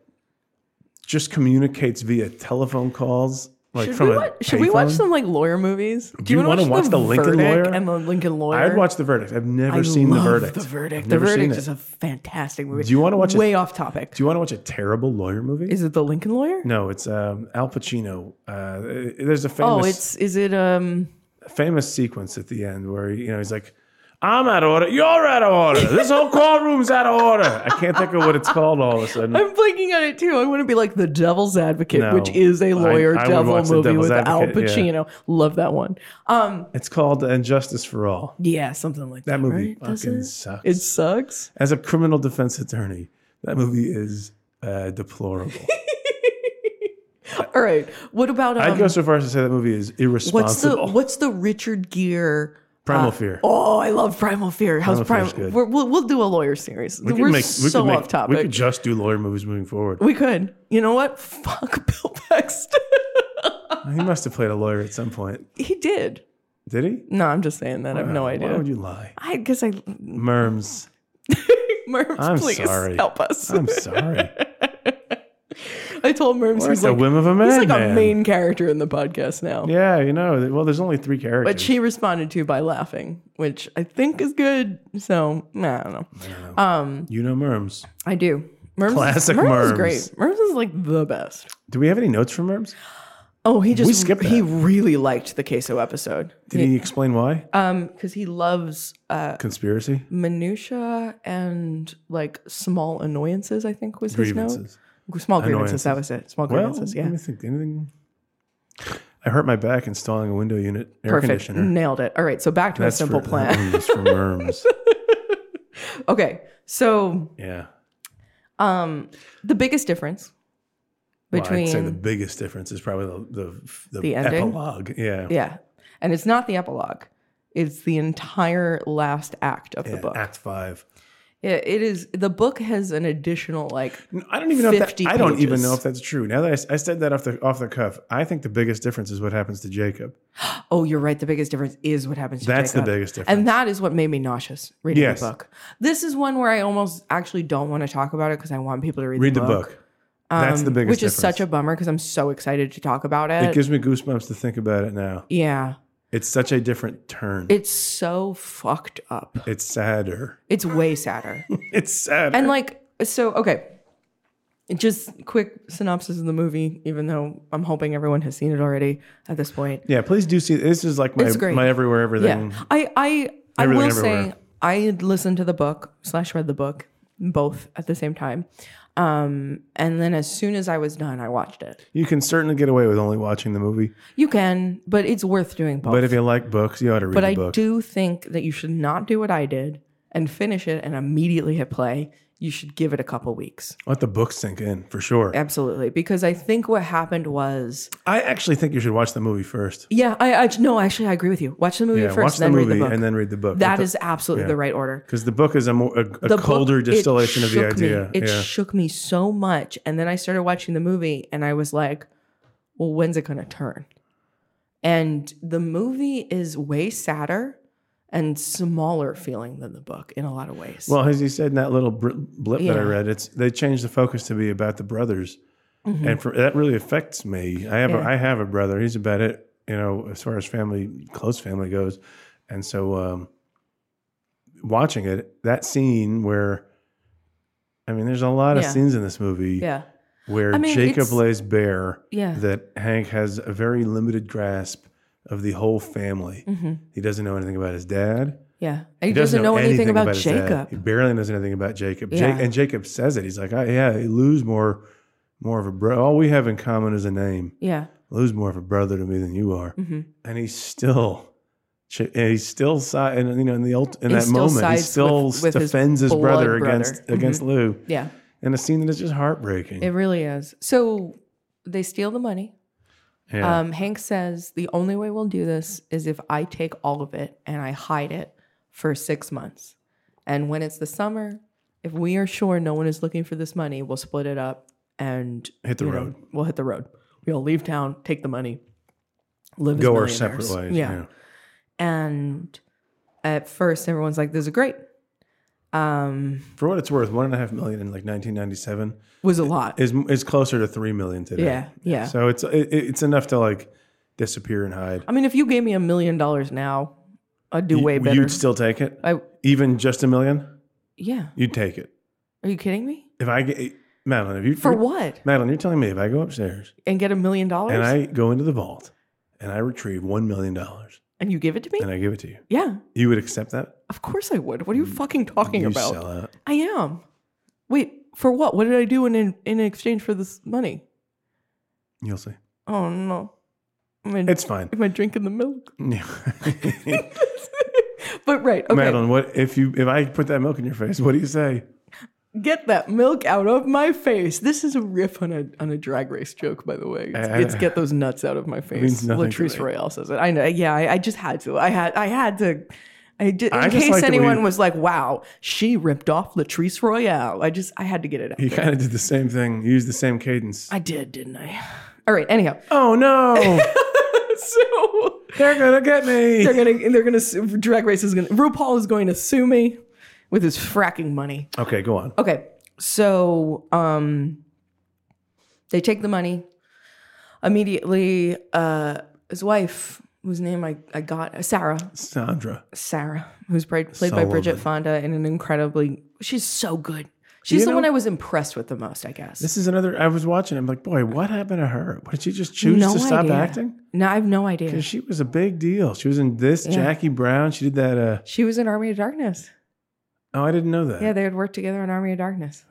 C: just communicates via telephone calls. Like
B: should
C: from
B: we,
C: a
B: watch, should we watch
C: payphone.
B: some like lawyer movies? Do,
C: you
B: wanna
C: wanna watch The Lincoln
B: Verdict
C: Lawyer?
B: And the Lincoln Lawyer.
C: I'd watch The Verdict. I've never
B: I
C: seen
B: love
C: The Verdict.
B: The verdict.
C: I've
B: The
C: never seen
B: verdict
C: it.
B: is a fantastic movie.
C: Do you wanna watch a-
B: Way off topic.
C: Do you want to watch a terrible lawyer movie?
B: is it the Lincoln Lawyer?
C: no, it's um, Al Pacino. Uh, there's a
B: Oh,
C: famous
B: it's is it um
C: famous sequence at the end where you know he's like, "I'm out of order. You're out of order. This
B: *laughs*
C: whole courtroom's out of order." I can't think of what it's called. All of a sudden,
B: I'm blanking on it too. I want to be like the Devil's Advocate,
C: No.
B: which is a
C: I-
B: lawyer
C: I would
B: devil
C: watch The
B: movie
C: Devil's
B: with Al
C: Advocate, yeah.
B: Pacino. Love that one. Um
C: it's called "And Justice for All."
B: yeah, something like that.
C: That movie
B: right? Does
C: fucking
B: it?
C: sucks.
B: It sucks.
C: As a criminal defense attorney, that movie is uh,
B: *laughs*
C: deplorable.
B: All right. What about um,
C: I'd go so far as to say that movie is
B: what's the
C: irresponsible.
B: what's the Richard Gere?
C: Primal Fear.
B: Oh, I love Primal Fear. How's
C: Primal
B: Primal?
C: Fear's good.
B: We're, we'll, we'll do a lawyer series. We are so
C: could make-
B: off topic.
C: We could just do lawyer movies moving
B: *laughs*
C: forward.
B: We could. You know what? *laughs* Fuck Bill Paxton.
C: He must have played a lawyer at some point.
B: he did.
C: Did he? Uh,
B: No, I'm just saying that. I have no
C: Why
B: idea.
C: would you lie?
B: I guess I.
C: Merms.
B: Merms,
C: I'm
B: please
C: sorry. Uh,
B: help us.
C: I'm
B: *laughs*
C: sorry.
B: I told Merms
C: It's
B: he's
C: the
B: like,
C: whim of a man.
B: he's like a main character in the podcast now.
C: Yeah, you know. th- Well, there's only three characters.
B: But she responded to by laughing, which I think is good. So nah, I don't know. Um,
C: you know Merms.
B: I do. Merms,
C: Classic
B: Merms is
C: Merms.
B: great. Merms is like the best.
C: Do we have any notes from Merms?
B: Oh, he just
C: skipped
B: he really liked the queso episode
C: Did he explain why?
B: um because he loves uh
C: Conspiracy?
B: minutia and like small annoyances. I think was his note.
C: Grievances.
B: Small grievances. That was it. Small
C: Well,
B: grievances.
C: let
B: yeah.
C: me think. Anything? I hurt my back installing a window unit air
B: Perfect.
C: conditioner.
B: Nailed it. All right. So back to my simple
C: for, *laughs* That
B: plan. *laughs*
C: one's for worms.
B: Okay. So
C: Yeah.
B: um the biggest difference
C: Well,
B: between
C: I'd say the biggest difference is probably the the, the,
B: The ending?
C: epilogue. Yeah.
B: Yeah. And it's not the epilogue. It's the entire last act of
C: Yeah,
B: the book.
C: Act five.
B: Yeah, it is the book has an additional like
C: No, I don't even know. If that,
B: 50
C: I don't even
B: pages.
C: know if that's true. Now that I s- I, said that off the off the cuff, I think the biggest difference is what happens to Jacob.
B: oh, you're right, the biggest difference is what happens to
C: That's the
B: Jacob.
C: biggest difference.
B: And that is what made me nauseous reading
C: Yes.
B: the book. This is one where I almost actually don't want to talk about it because I want people to read,
C: Read
B: the,
C: the book. that's the biggest.
B: Which is
C: difference.
B: such a bummer because I'm so excited to talk about it.
C: It gives me goosebumps to think about it now.
B: yeah.
C: It's such a different turn.
B: It's so fucked up.
C: it's sadder. *laughs*
B: It's way sadder.
C: It's sadder.
B: And like, so okay, just quick synopsis of the movie. Even though I'm hoping everyone has seen it already at this point.
C: yeah, please do see. This is like my
B: It's great.
C: my everywhere everything.
B: Yeah, I I I
C: Everything
B: will
C: everywhere.
B: say I had listened to the book slash read the book both at the same time, um, and then as soon as I was done, I watched it.
C: You can certainly get away with only watching the movie,
B: You can, but it's worth doing both.
C: but if you like books, you ought to read
B: But
C: the
B: I
C: book.
B: do think that you should not do what I did and finish it and immediately hit play. You should give it a couple weeks.
C: Let the book sink in for sure.
B: Absolutely. Because I think what happened was
C: I actually think you should watch the movie first.
B: Yeah, I, I no, actually, I agree with you. Watch the movie
C: Yeah,
B: first,
C: watch the
B: then
C: movie
B: read the book.
C: and then read the book.
B: that is absolutely the right order.
C: because the book is a more a, a
B: The book,
C: colder
B: it
C: distillation of the
B: shook me.
C: idea.
B: It
C: yeah,
B: shook me so much, and then I started watching the movie, and I was like, "Well, when's it going to turn?" And the movie is way sadder and smaller feeling than the book in a lot of ways.
C: Well, as you said in that little br- blip that I
B: Yeah.
C: read, it's they changed the focus to be about the brothers, and for, that really affects me. I have a,
B: Mm-hmm. Yeah.
C: I have a brother. He's about it, you know, as far as family, close family goes, and so um, watching it, that scene where, I mean, there's a lot
B: Yeah.
C: of scenes in this movie
B: yeah,
C: where
B: I mean,
C: Jacob
B: it's-
C: lays bare
B: Yeah.
C: that Hank has a very limited grasp of the whole family. He doesn't know anything about his dad.
B: Mm-hmm. yeah. He, doesn't, know anything, about,
C: his dad.
B: Jacob.
C: He barely knows anything about Jacob.
B: Yeah.
C: Jake, and Jacob says it. He's like, I, yeah, lose more, more of a brother. All we have in common is a name.
B: Yeah, Mm-hmm.
C: Lose more of a brother to me than you are. And he's still, ch- and he's still side, and you know, in the ult, in
B: He
C: that
B: still
C: moment, he
B: sides
C: still
B: with- with his
C: defends his,
B: blood
C: brother,
B: brother.
C: against against Lou,
B: yeah.
C: in a scene that is just heartbreaking.
B: It really is. So they steal the money.
C: yeah.
B: Um, Hank says the only way we'll do this is if I take all of it and I hide it for six months. And when it's the summer, if we are sure no one is looking for this money, we'll split it up and
C: Hit the
B: you know,
C: road.
B: we'll hit the road. We'll leave town, take the money, live
C: Go our
B: as millionaires.
C: separate ways.
B: yeah. And at first, everyone's like, "This is great." Um,
C: For what it's worth, one and a half million in like 1997
B: was a lot.
C: is is closer to three million today.
B: yeah, yeah.
C: So it's it, it's enough to like disappear and hide.
B: I mean, if you gave me a million dollars now, I'd do way
C: You-
B: better.
C: You'd still take it,
B: I
C: even just a million.
B: yeah.
C: You'd take it
B: Are you kidding me?
C: if I get Madeline. If you
B: For what?
C: Madeline, you're telling me if I go upstairs
B: And get a million dollars?
C: and I go into the vault and I retrieve one million dollars
B: And you give it to me?
C: and I give it to you,
B: yeah.
C: you would accept that?
B: Of course I would. What are you fucking talking
C: You
B: about?
C: sell out.
B: I am. Wait, for what? What did I do in, in in exchange for this money?
C: You'll see.
B: Oh no. Am I,
C: It's
B: *laughs*
C: fine. *laughs*
B: am I drinking the milk?
C: Yeah.
B: but right, okay.
C: Madeline, what if you if I put that milk in your face? What do you say?
B: Get that milk out of my face. This is a riff on a on a drag race joke, by the way. It's,
C: I- *laughs*
B: it's get those nuts out of my face.
C: Uh, means nothing to
B: Latrice
C: me.
B: Royale says it. I know. Yeah, I, I just had to. I had I had to. I did, in
C: I just
B: case
C: like that when
B: anyone
C: you-
B: was like, "Wow, she ripped off Latrice Royale," I just I had to get it out.
C: You kind of did the same thing. You used the same cadence.
B: I did, didn't I? All right. Anyhow, *laughs*
C: oh no,
B: so
C: they're gonna get
B: they're
C: me.
B: gonna they're gonna sue- drag race is gonna RuPaul is going to sue me with his fracking money.
C: Okay, go on.
B: Okay, so um, they take the money immediately. Uh, his wife, whose name I I got uh, Sarah,
C: Sandra.
B: Sarah, who's played, played by
C: Sullivan.
B: Bridget Fonda in an incredibly she's so good. She's
C: You
B: the
C: know-
B: one I was impressed with the most, I guess.
C: This is another. I was watching. I'm like, boy, what happened to her? What, Did she just choose
B: No
C: to stop
B: idea.
C: acting?
B: no, I have no idea.
C: 'Cause she was a big deal. She was in this Jackie Brown. She did that. Uh,
B: She was in Army of Darkness.
C: oh, I didn't know that.
B: Yeah, they had worked together in Army of Darkness.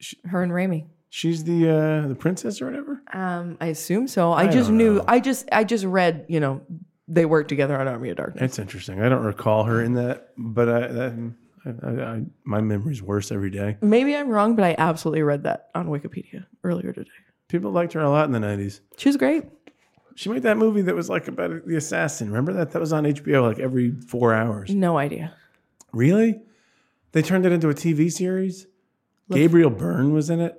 C: She-
B: Her and Raimi.
C: She's the uh, the princess or whatever.
B: Um, I assume so.
C: I
B: I, just
C: don't
B: knew.
C: know.
B: I just I just read. You know, they worked together on Army of Darkness.
C: That's interesting. I don't recall her in that, but I, that, mm, I, I, I my memory's worse every day.
B: Maybe I'm wrong, but I absolutely read that on Wikipedia earlier today.
C: People liked her a lot in the '90s.
B: She's great.
C: She made that movie that was like about the assassin. Remember that? That was on HBO like every four hours.
B: No idea.
C: Really? They turned it into a TV series. Gabriel Byrne was in it.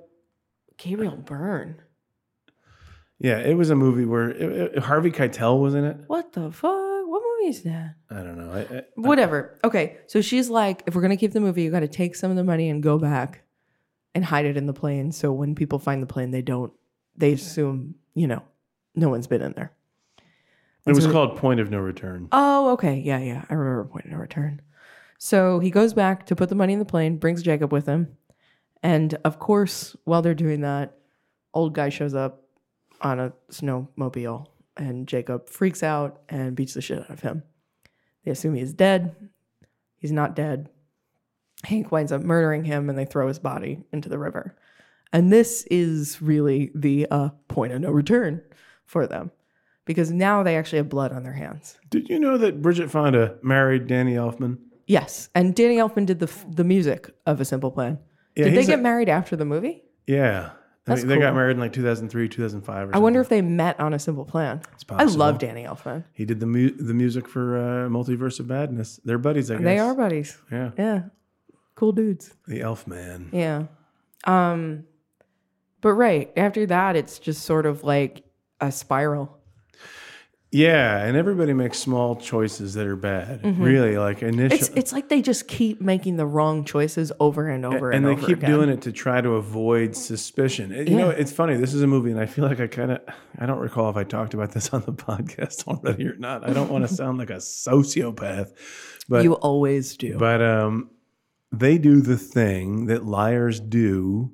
B: Gabriel Byrne.
C: Yeah, it was a movie where it, it- Harvey Keitel was in it.
B: What the fuck? What movie is that?
C: I don't know. I, I,
B: Whatever. Okay. So she's like, if we're gonna keep the movie, you got to take some of the money and go back and hide it in the plane. So when people find the plane, they don't. They assume you know, no one's been in there.
C: it was called Point of No Return.
B: Oh, okay. Yeah, yeah. I remember Point of No Return. So he goes back to put the money in the plane, brings Jacob with him. And of course, while they're doing that, old guy shows up on a snowmobile and Jacob freaks out and beats the shit out of him. They assume he's dead. He's not dead. Hank winds up murdering him and they throw his body into the river. And this is really the uh, point of no return for them because now they actually have blood on their hands.
C: Did you know that Bridget Fonda married Danny Elfman?
B: Yes, and Danny Elfman did the f- the music of A Simple Plan.
C: Yeah,
B: did they
C: he's
B: get
C: a-
B: married after the movie?
C: Yeah. I
B: That's
C: think they got
B: cool.
C: married in like 2003, 2005 or
B: I wonder
C: something.
B: if they met on A Simple Plan. I
C: possible.
B: love Danny Elfman.
C: He did the mu- the music for uh, Multiverse of Madness. They're buddies, I guess.
B: They are buddies.
C: Yeah.
B: Yeah, cool dudes.
C: The Elf Man.
B: Yeah. Um, but right after that, it's just sort of like a spiral.
C: Yeah, and everybody makes small choices that are bad. Really, like initial.
B: Mm-hmm. It's it's like they just keep making the wrong choices over and over and,
C: and they
B: over
C: keep
B: again.
C: doing it to try to avoid suspicion. It- you know,
B: Yeah.
C: it's funny. This is a movie, and I feel like I kind of, I don't recall if I talked about this on the *laughs* podcast already or not. I don't want to sound like a sociopath, but
B: you always do.
C: but um, they do the thing that liars do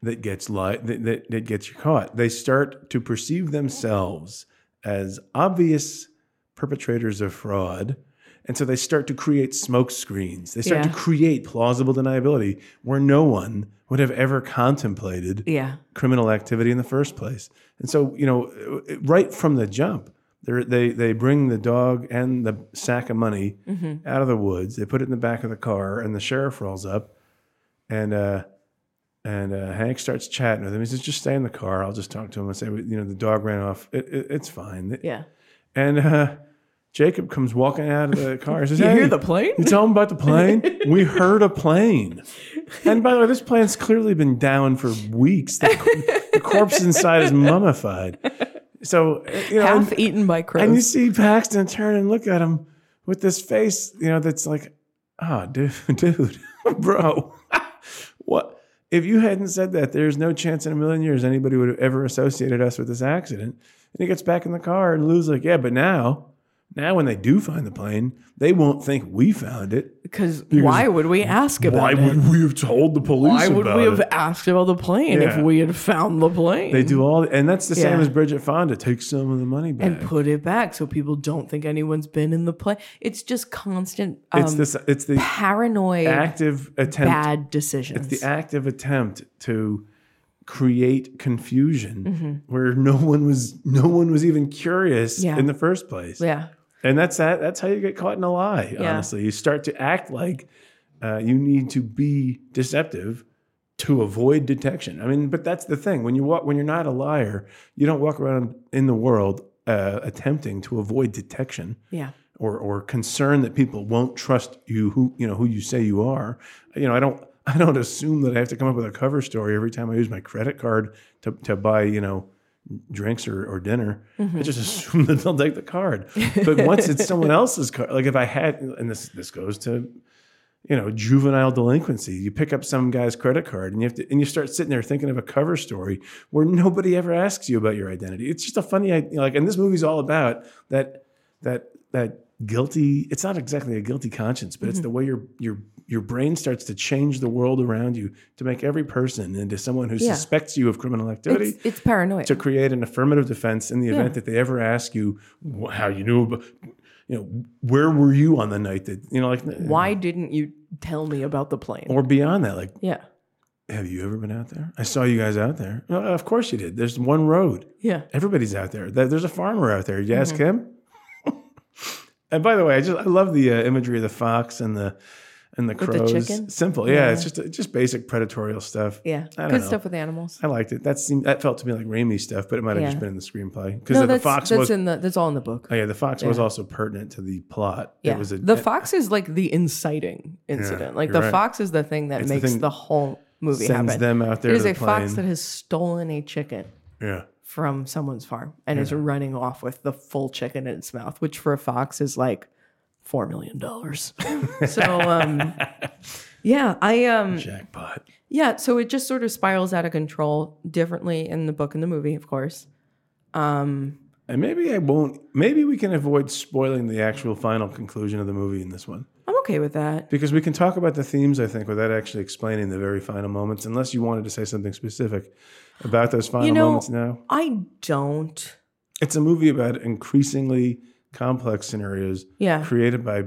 C: that gets li- that, that, that gets you caught. They start to perceive themselves as obvious perpetrators of fraud. And so they start to create smoke screens. They start
B: Yeah.
C: to create plausible deniability where no one would have ever contemplated
B: yeah.
C: criminal activity in the first place. And so, you know, it- right from the jump, they're- they they bring the dog and the sack of money
B: Mm-hmm.
C: out of the woods. They put it in the back of the car, and the sheriff rolls up, and uh, and uh, Hank starts chatting with him. He says, "Just stay in the car. I'll just talk to him and say, you know, the dog ran off. It, it, it's fine."
B: Yeah.
C: And uh, Jacob comes walking out of the car. He says,
B: You
C: "Hey,
B: hear the plane?
C: *laughs* you tell him about the
B: *laughs*
C: plane? we heard a plane. And by the way, this plane's clearly been down for weeks. The, the corpse inside is mummified. So, uh, you know,
B: Half
C: and,
B: eaten by crows.
C: and you see Paxton turn and look at him with this face, you know, that's like, oh, dude, *laughs* dude, bro, *laughs* what? If you hadn't said that, there's no chance in a million years anybody would have ever associated us with this accident. And he gets back in the car and Lou's like, yeah, but now, now when they do find the plane, they won't think we found it.
B: Because why would we ask about
C: Why
B: it?
C: would we have told the police?
B: Why would
C: about
B: we have
C: it?
B: asked about the plane if
C: Yeah.
B: we had found the plane?
C: They do all, and that's the same
B: Yeah.
C: as Bridget Fonda. Take some of the money back.
B: and put it back so people don't think anyone's been in the plane. It's just constant um,
C: it's this. It's the
B: paranoid
C: active attempt.
B: bad decisions.
C: The active attempt to create confusion
B: Mm-hmm.
C: where no one was no one was even curious
B: Yeah.
C: in the first place.
B: yeah.
C: And that's that. That's how you get caught in a lie.
B: Yeah.
C: Honestly, you start to act like uh, you need to be deceptive to avoid detection. I mean, but that's the thing. When you walk, when you're not a liar, you don't walk around in the world uh, attempting to avoid detection
B: Yeah.
C: or or concern that people won't trust you who you know who you say you are. You know, I don't *laughs* I don't assume that I have to come up with a cover story every time I use my credit card to to buy you know drinks or, or dinner. I
B: Mm-hmm.
C: just assume that they'll take the card. But once
B: *laughs*
C: it's someone else's card, like if I had, and this this goes to you know juvenile delinquency you pick up some guy's credit card and you have to and you start sitting there thinking of a cover story where nobody ever asks you about your identity it's just a funny idea like and this movie's all about that that that guilty it's not exactly a guilty conscience
B: Mm-hmm.
C: but it's the way your your your brain starts to change the world around you to make every person into someone who
B: Yeah.
C: suspects you of criminal activity
B: It's, it's paranoia.
C: to create an affirmative defense in the
B: Yeah.
C: event that they ever ask you wh- how you knew about you know where were you on the night that you know like uh,
B: Why didn't you tell me about the plane?
C: or beyond that like
B: yeah.
C: have you ever been out there i saw you guys out there "No, of course you did there's one road
B: Yeah.
C: everybody's out there. There- There's a farmer out there. You ask
B: Mm-hmm.
C: him. and by the way, I just I love the uh, imagery of the fox and the and the
B: the
C: crows.
B: chicken?
C: Simple, yeah, It's just it's just basic predatorial stuff.
B: Yeah.
C: I don't
B: Good
C: know.
B: stuff with animals.
C: I liked it. That seemed that felt to me like Raimi stuff, but it might have
B: Yeah.
C: just been in the screenplay because
B: No,
C: the
B: that's,
C: fox
B: that's
C: was.
B: in the that's all in the book.
C: oh yeah, the fox was also pertinent to the plot.
B: Yeah.
C: It was a,
B: the fox is like the inciting incident. like
C: you're
B: the
C: right.
B: fox is the thing that
C: It's the
B: makes the,
C: thing
B: whole movie
C: sends
B: happen.
C: them out there.
B: It is
C: to
B: a
C: the
B: fox that
C: plane.
B: has stolen a chicken
C: *laughs* yeah. *laughs*
B: from someone's farm and is running off with the full chicken in its mouth, which for a fox is like four million dollars. *laughs* so um yeah, I um
C: Jackpot.
B: yeah, so it just sort of spirals out of control differently in the book and the movie, of course.
C: And maybe I won't. Maybe we can avoid spoiling the actual final conclusion of the movie in this one.
B: I'm okay with that.
C: Because we can talk about the themes, I think, without actually explaining the very final moments, unless you wanted to say something specific about those final
B: You know-
C: moments now.
B: I don't.
C: It's a movie about increasingly complex scenarios
B: Yeah.
C: created by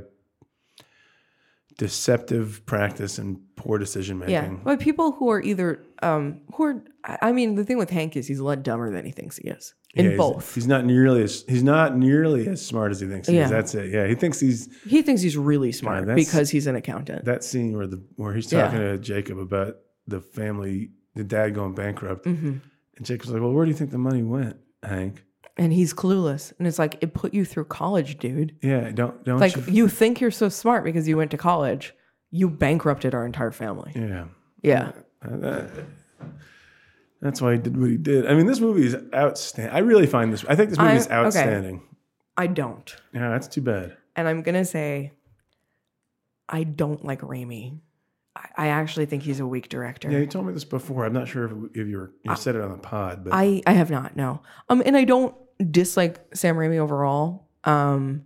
C: deceptive practice and poor decision making.
B: Yeah, but people who are either um who are I I mean the thing with Hank is he's a lot dumber than he thinks he is
C: Yeah,
B: in
C: he's-
B: both.
C: He's not nearly as he's not nearly as smart as he thinks he
B: Yeah.
C: is. That's it. Yeah. He thinks he's
B: He thinks he's really smart
C: that's-
B: because he's an accountant.
C: that scene where the where he's
B: Yeah.
C: talking to Jacob about the family the dad going bankrupt.
B: Mm. Mm-hmm.
C: And Jacob's like, Well, where do you think the money went, Hank?
B: and he's clueless and it's like it put you through college, dude.
C: Yeah, don't don't
B: Like
C: you-
B: you think you're so smart because you went to college. You bankrupted our entire family.
C: Yeah.
B: Yeah.
C: Uh, that- that's why he did what he did. I mean, this movie is outstanding. I really find this. I think this movie
B: I-
C: is
B: okay.
C: outstanding.
B: I don't.
C: Yeah, that's too bad.
B: And I'm going to say I don't like Raimi. I, I actually think he's a weak director.
C: Yeah, you told me this before. I'm not sure if, if you were you said it on the pod, but
B: I I have not no. Um, and I don't dislike Sam Raimi overall. Um,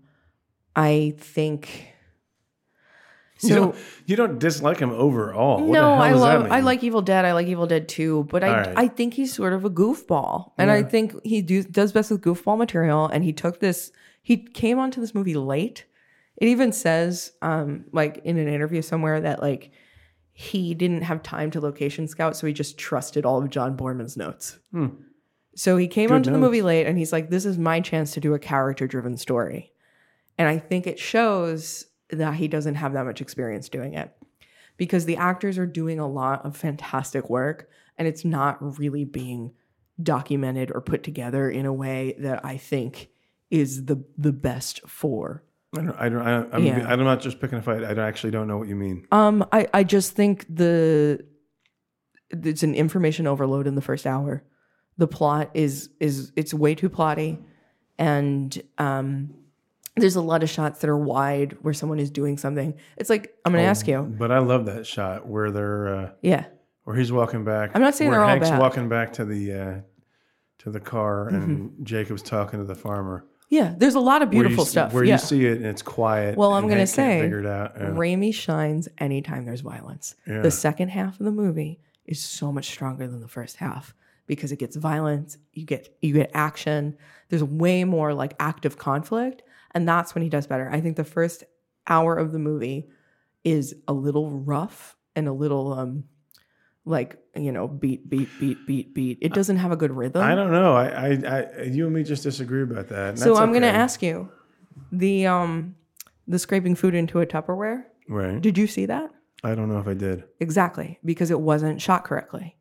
B: I think.
C: you,
B: So
C: don't, you don't dislike him overall. What the
B: no,
C: hell
B: I
C: does that
B: love
C: mean?
B: I like Evil Dead. I like Evil Dead too, but I
C: All right.
B: I think he's sort of a goofball, and I think he do, does best with goofball material. And he took this. He came onto this movie late. It even says, um, like in an interview somewhere that like he didn't have time to location scout, so he just trusted all of John Borman's notes.
C: Hmm.
B: So he came
C: Good
B: onto the
C: notes.
B: movie late and he's like, This is my chance to do a character driven story. And I think it shows that he doesn't have that much experience doing it because the actors are doing a lot of fantastic work and it's not really being documented or put together in a way that I think is the the best for
C: I don't. I don't. I, don't- I'm,
B: Yeah.
C: I'm not just picking a fight. I don't, actually don't know what you mean.
B: Um, I, I just think the it's an information overload in the first hour. The plot is is it's way too plotty, and um, there's a lot of shots that are wide where someone is doing something. It's like I'm
C: Oh.
B: gonna ask you,
C: But I love that shot where they're uh,
B: yeah,
C: where he's walking back.
B: I'm not saying
C: where
B: they're all
C: Hank's
B: bad.
C: walking back to the uh, to the car, and Jacob's talking to the farmer.
B: yeah. There's a lot of
C: where you
B: Mm-hmm. beautiful
C: see-
B: stuff.
C: Where
B: yeah.
C: you see it and it's quiet.
B: Well, I'm
C: and
B: gonna
C: Hank can't
B: say,
C: figure it out. Yeah.
B: Raimi shines anytime there's violence.
C: Yeah.
B: The second half of the movie is so much stronger than the first half because it gets violence, you get you get action. There's way more like active conflict, and that's when he does better. I think the first hour of the movie is a little rough and a little um like, you know, beat beat beat beat beat. It doesn't have a good rhythm.
C: I don't know. I, I, I, you and me just disagree about that. and
B: so
C: that's
B: I'm going to
C: okay.
B: ask you the um the scraping food into a Tupperware.
C: Right.
B: Did you see that?
C: I don't know if I did.
B: Exactly, because it wasn't shot correctly.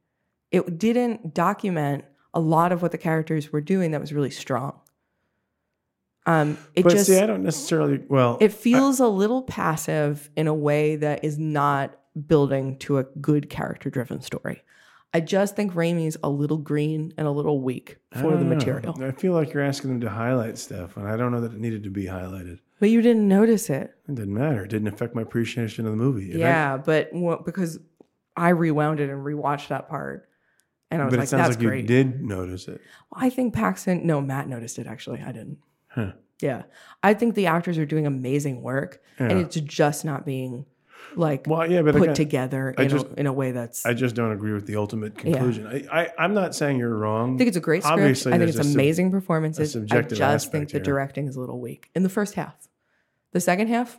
B: It didn't document a lot of what the characters were doing that was really strong. Um, it
C: but
B: just
C: see, I don't necessarily. Well,
B: it feels a little passive in a way that is not building to a good character driven story. I just think Raimi's a little green and a little weak
C: I
B: for the
C: don't know.
B: material.
C: I feel like you're asking them to highlight stuff, and I don't know that it needed to be highlighted.
B: But you didn't notice it.
C: It didn't matter. It didn't affect my appreciation of the movie. If I-
B: yeah, but w- because I rewound it and rewatched that part. And I was
C: but
B: like,
C: it sounds
B: that's
C: like you
B: great.
C: did notice it.
B: I think Paxton, no, Matt noticed it actually. I didn't.
C: Huh.
B: Yeah. I think the actors are doing amazing work and
C: Yeah.
B: it's just not being like
C: Well, yeah, but
B: put
C: again,
B: together
C: I
B: in,
C: just-
B: a, in a way that's
C: I just don't agree with the ultimate conclusion. I, I, I'm not saying you're wrong.
B: I think it's a great script.
C: Obviously,
B: I think
C: there's
B: it's
C: a sub-
B: amazing performances. I
C: subjective
B: just think
C: aspect
B: the
C: here.
B: directing is a little weak in the first half. The second half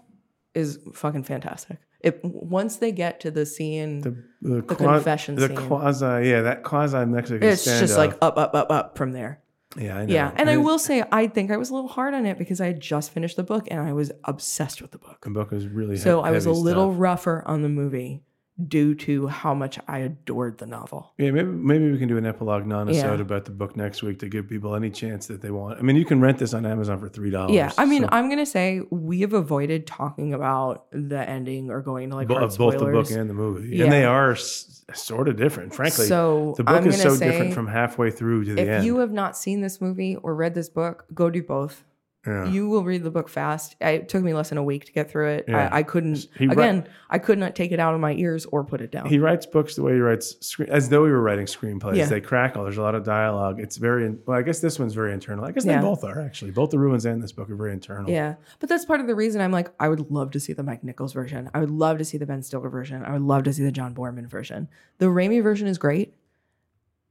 B: is fucking fantastic. It once they get to the scene,
C: the, the,
B: the
C: qua-
B: confession
C: the
B: scene.
C: quasi, yeah, that quasi Mexican.
B: it's just like up, up, up, up from there.
C: yeah, I know.
B: Yeah, and I
C: it-
B: will say I think I was a little hard on it because I had just finished the book and I was obsessed with the book.
C: The book is really
B: So
C: he-
B: I was a
C: heavy
B: little
C: stuff.
B: rougher on the movie due to how much I adored the novel.
C: Yeah, maybe maybe we can do an epilogue non-episode
B: Yeah.
C: about the book next week to give people any chance that they want. I mean, you can rent this on Amazon for three dollars.
B: Yeah, I mean,
C: Oh, so,
B: I'm gonna say we have avoided talking about the ending or going to like
C: bo-
B: hard
C: of both the book
B: spoilers.
C: and the movie,
B: Yeah.
C: and they are s- sort of different. Frankly,
B: so
C: the book
B: I'm
C: is
B: gonna
C: so
B: say
C: different from halfway through to the
B: if
C: end.
B: you have not seen this movie or read this book, go do both.
C: yeah.
B: You will read the book fast. I, it took me less than a week to get through it.
C: Yeah.
B: I, I couldn't
C: He ri-
B: again. I could not take it out of my ears or put it down.
C: he writes books the way he writes screen as though he were writing screenplays.
B: Yeah.
C: They crackle. There's a lot of dialogue. It's very well. I guess this one's very internal. I guess they
B: Yeah.
C: both are actually. Both the ruins and this book are very internal.
B: yeah, but that's part of the reason I'm like, I would love to see the Mike Nichols version. I would love to see the Ben Stiller version. I would love to see the John Borman version. The Raimi version is great,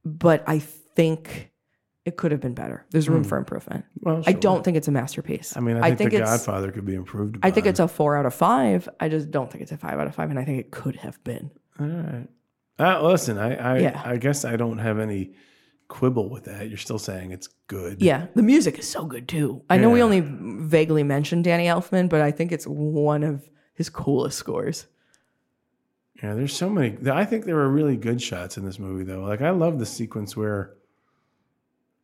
B: but I think it could have been better. There's room
C: Hmm.
B: for improvement.
C: Well,
B: I
C: sure.
B: don't think it's a masterpiece.
C: I mean, I think, The Godfather could be improved.
B: I think
C: upon.
B: it's a four out of five. I just don't think it's a five out of five, and I think it could have been.
C: All right. Uh, listen, I I,
B: Yeah.
C: I guess I don't have any quibble with that. You're still saying it's good.
B: Yeah, the music is so good too. I know we
C: Yeah.
B: only vaguely mentioned Danny Elfman, but I think it's one of his coolest scores.
C: Yeah. There's so many. I think there were really good shots in this movie, though. Like I love the sequence where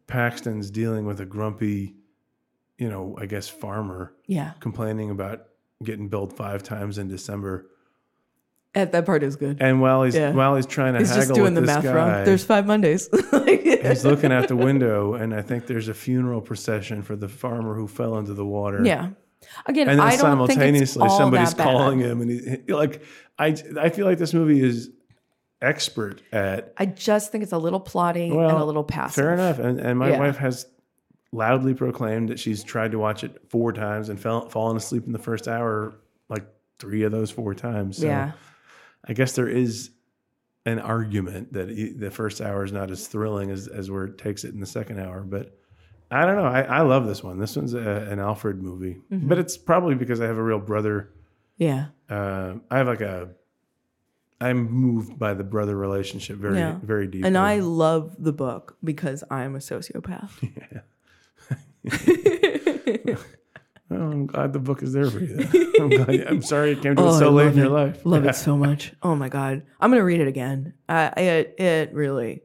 C: Paxton's dealing with a grumpy, you know, I guess farmer
B: Yeah,
C: complaining about getting billed five times in December,
B: that, that part is good.
C: and while he's
B: Yeah.
C: while he's trying to
B: He's
C: haggle
B: just doing the
C: with this
B: math
C: guy,
B: wrong. There's five Mondays.
C: *laughs*
B: *laughs*
C: he's looking out the window, and I think there's a funeral procession for the farmer who fell into the water.
B: yeah. Again,
C: and then
B: I don't think it's
C: simultaneously
B: all
C: somebody's
B: that bad.
C: calling him and he, he- like i i feel like this movie is expert at
B: I just think it's a little plotty
C: Well,
B: and a little passive.
C: fair enough and, and my
B: Yeah.
C: wife has loudly proclaimed that she's tried to watch it four times and fell fallen asleep in the first hour like three of those four times so
B: yeah,
C: i guess there is an argument that e- the first hour is not as thrilling as, as where it takes it in the second hour but i don't know i, I love this one this one's a, an alfred movie
B: Mm-hmm.
C: but it's probably because i have a real brother
B: yeah.
C: uh, I have like a. I'm moved by the brother relationship very,
B: Yeah.
C: very deeply.
B: And I love the book because I'm a sociopath.
C: *laughs* Well, I'm glad the book is there for
B: *laughs*
C: you. I'm, glad, I'm sorry it came to
B: Oh,
C: it
B: I
C: so late
B: love
C: in your
B: it.
C: life.
B: Love
C: *laughs*
B: it so much. Oh my god, I'm gonna read it again. I I- it it really,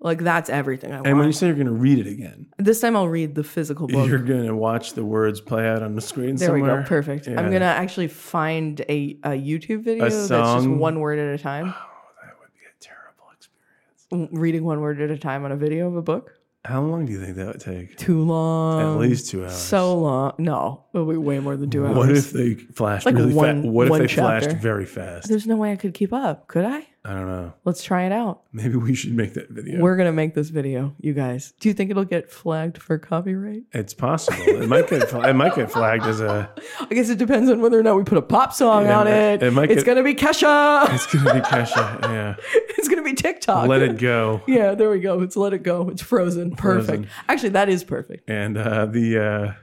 B: like that's everything I
C: And when
B: want.
C: you say you're going to read it again, *laughs*
B: this time I'll read the physical
C: you're
B: book.
C: going to watch the words play out on the screen
B: There
C: somewhere.
B: we go. Perfect.
C: Yeah.
B: I'm gonna actually find a, a YouTube video that's just
C: song.
B: one word at a time,
C: That would be a terrible experience.
B: w- reading one word at a time on a video of a book.
C: How long do you think that would take?
B: Too long.
C: At least two hours.
B: Um, so long. No, it'll be way more than two hours.
C: what if they flashed
B: Like
C: really fast?
B: one-
C: What if
B: one
C: they
B: chapter.
C: flashed very fast?
B: There's no way I could keep up. Could I?
C: I don't know.
B: Let's try it out.
C: Maybe we should make that video.
B: We're gonna make this video, you guys. Do you think it'll get flagged for copyright?
C: it's possible. It might get. fl- It might get flagged as a.
B: I guess it depends on whether or not we put a pop song
C: Yeah,
B: on it.
C: it- it might
B: it's
C: get-
B: gonna be Kesha.
C: *laughs*
B: *laughs*
C: It's gonna be Kesha. Yeah.
B: it's gonna be TikTok.
C: Let it go.
B: yeah, there we go. It's let it go. It's frozen. Perfect.
C: Frozen.
B: Actually, that is perfect.
C: And uh, the uh,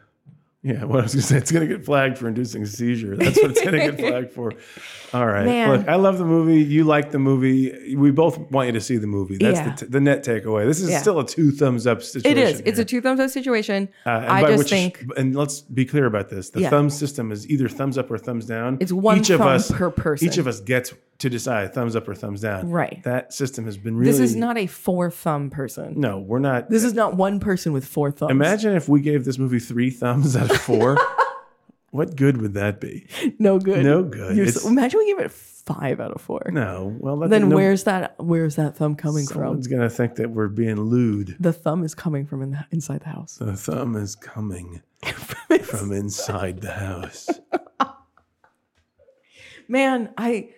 C: yeah, what I was gonna say, it's gonna get flagged for inducing seizure. That's what it's gonna get flagged for. All right,
B: Man.
C: look, I love the movie. You like the movie. We both want you to see the movie. That's
B: Yeah.
C: the, t- the net takeaway. This is
B: Yeah.
C: still a two thumbs up
B: It
C: situation.
B: is. It's a
C: here.
B: two thumbs up situation.
C: Uh, and
B: I
C: by
B: just
C: which-
B: think
C: and let's be clear about this: the
B: Yeah.
C: thumb system is either thumbs up or thumbs down.
B: It's one
C: each of
B: thumb
C: us
B: per person.
C: Each of us gets to decide thumbs up or thumbs down.
B: Right.
C: That system has been really.
B: this is not a four thumb person.
C: No, we're not.
B: This is not one person with four thumbs.
C: Imagine if we gave this movie three thumbs out of four. what good would that be?
B: *laughs* no good.
C: No good.
B: You're
C: It's-
B: so- imagine we give it five out of four.
C: no. Well, that,
B: Then
C: no,
B: where's that? Where's that thumb coming from?
C: someone's gonna think that we're being lewd.
B: The thumb is coming from in the, inside the house.
C: The thumb is coming from inside the house.
B: *laughs* Man, I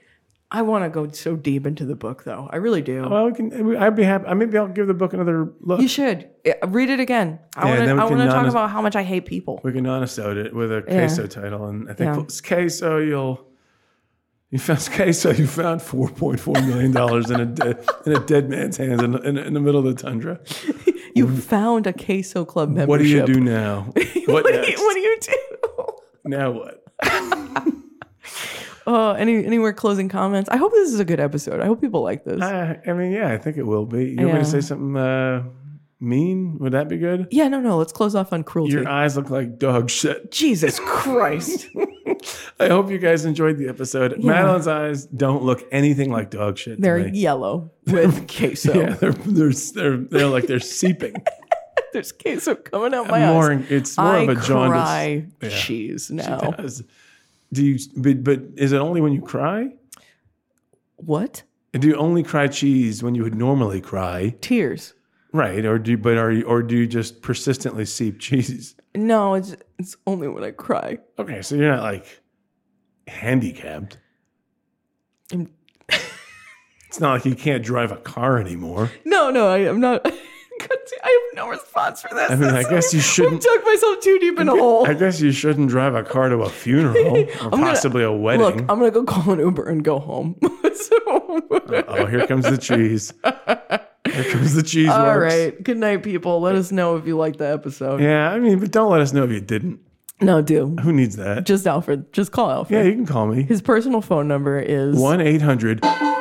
B: I want to go so deep into the book, though. I really do.
C: Well, we can. I'd be happy. I maybe I'll give the book another look.
B: you should Yeah, read it again. I
C: Yeah,
B: want
C: then
B: to.
C: we
B: I want to
C: can
B: talk
C: honest-
B: about how much I hate people.
C: We can honest out it with a
B: Yeah.
C: queso title, and I think
B: Yeah.
C: it's queso you'll you found queso you found four point four million dollars in a de- in a dead man's hands in, in, in the middle of the tundra.
B: You found a queso club membership.
C: Mm. What do you do now? What,
B: *laughs* what, do you,
C: next?
B: what do you do?
C: now what?
B: Oh, any anywhere closing comments? I hope this is a good episode. I hope people like this.
C: I, I mean, yeah, I think it will be. You want me
B: Yeah.
C: to say something uh, mean? Would that be good?
B: yeah, no, no. Let's close off on cruelty.
C: Your eyes look like dog shit.
B: Jesus
C: *laughs*
B: Christ.
C: I hope you guys enjoyed the episode. Madeline's eyes don't look anything like dog shit. to
B: They're
C: me.
B: yellow
C: *laughs*
B: with queso.
C: Yeah, they're they're they're, they're like they're
B: *laughs*
C: seeping.
B: There's queso coming out my
C: Uh, more,
B: eyes.
C: it's more
B: I
C: of a jaundice.
B: cry cheese now.
C: Does- Do you? But, but is it only when you cry?
B: What?
C: Do you only cry cheese when you would normally cry?
B: Tears.
C: Right? Or do you, but are you, or do you just persistently seep cheese?
B: No, it's it's only when I cry.
C: Okay, so you're not like handicapped.
B: I'm-
C: It's not like you can't drive a car anymore.
B: No, no, I, I'm not. *laughs* God damn, I have no response for this.
C: I mean, I guess
B: *laughs*
C: you
B: I
C: shouldn't.
B: dug myself too deep
C: *laughs*
B: in a hole.
C: I guess you shouldn't drive a car to a
B: *laughs*
C: funeral or
B: Oh. gonna-
C: possibly a wedding.
B: Look, I'm gonna go call an Uber and go home. *laughs* so,
C: Oh, here comes the cheese. Here comes the cheese.
B: *laughs* all
C: works.
B: right. Good night, people. Let us know if you liked the episode.
C: Yeah, I mean, but don't let us know if you didn't.
B: No, do
C: Who needs that?
B: just Alfred. Just call Alfred.
C: Yeah, you can call me.
B: His personal phone number is
C: 1 800.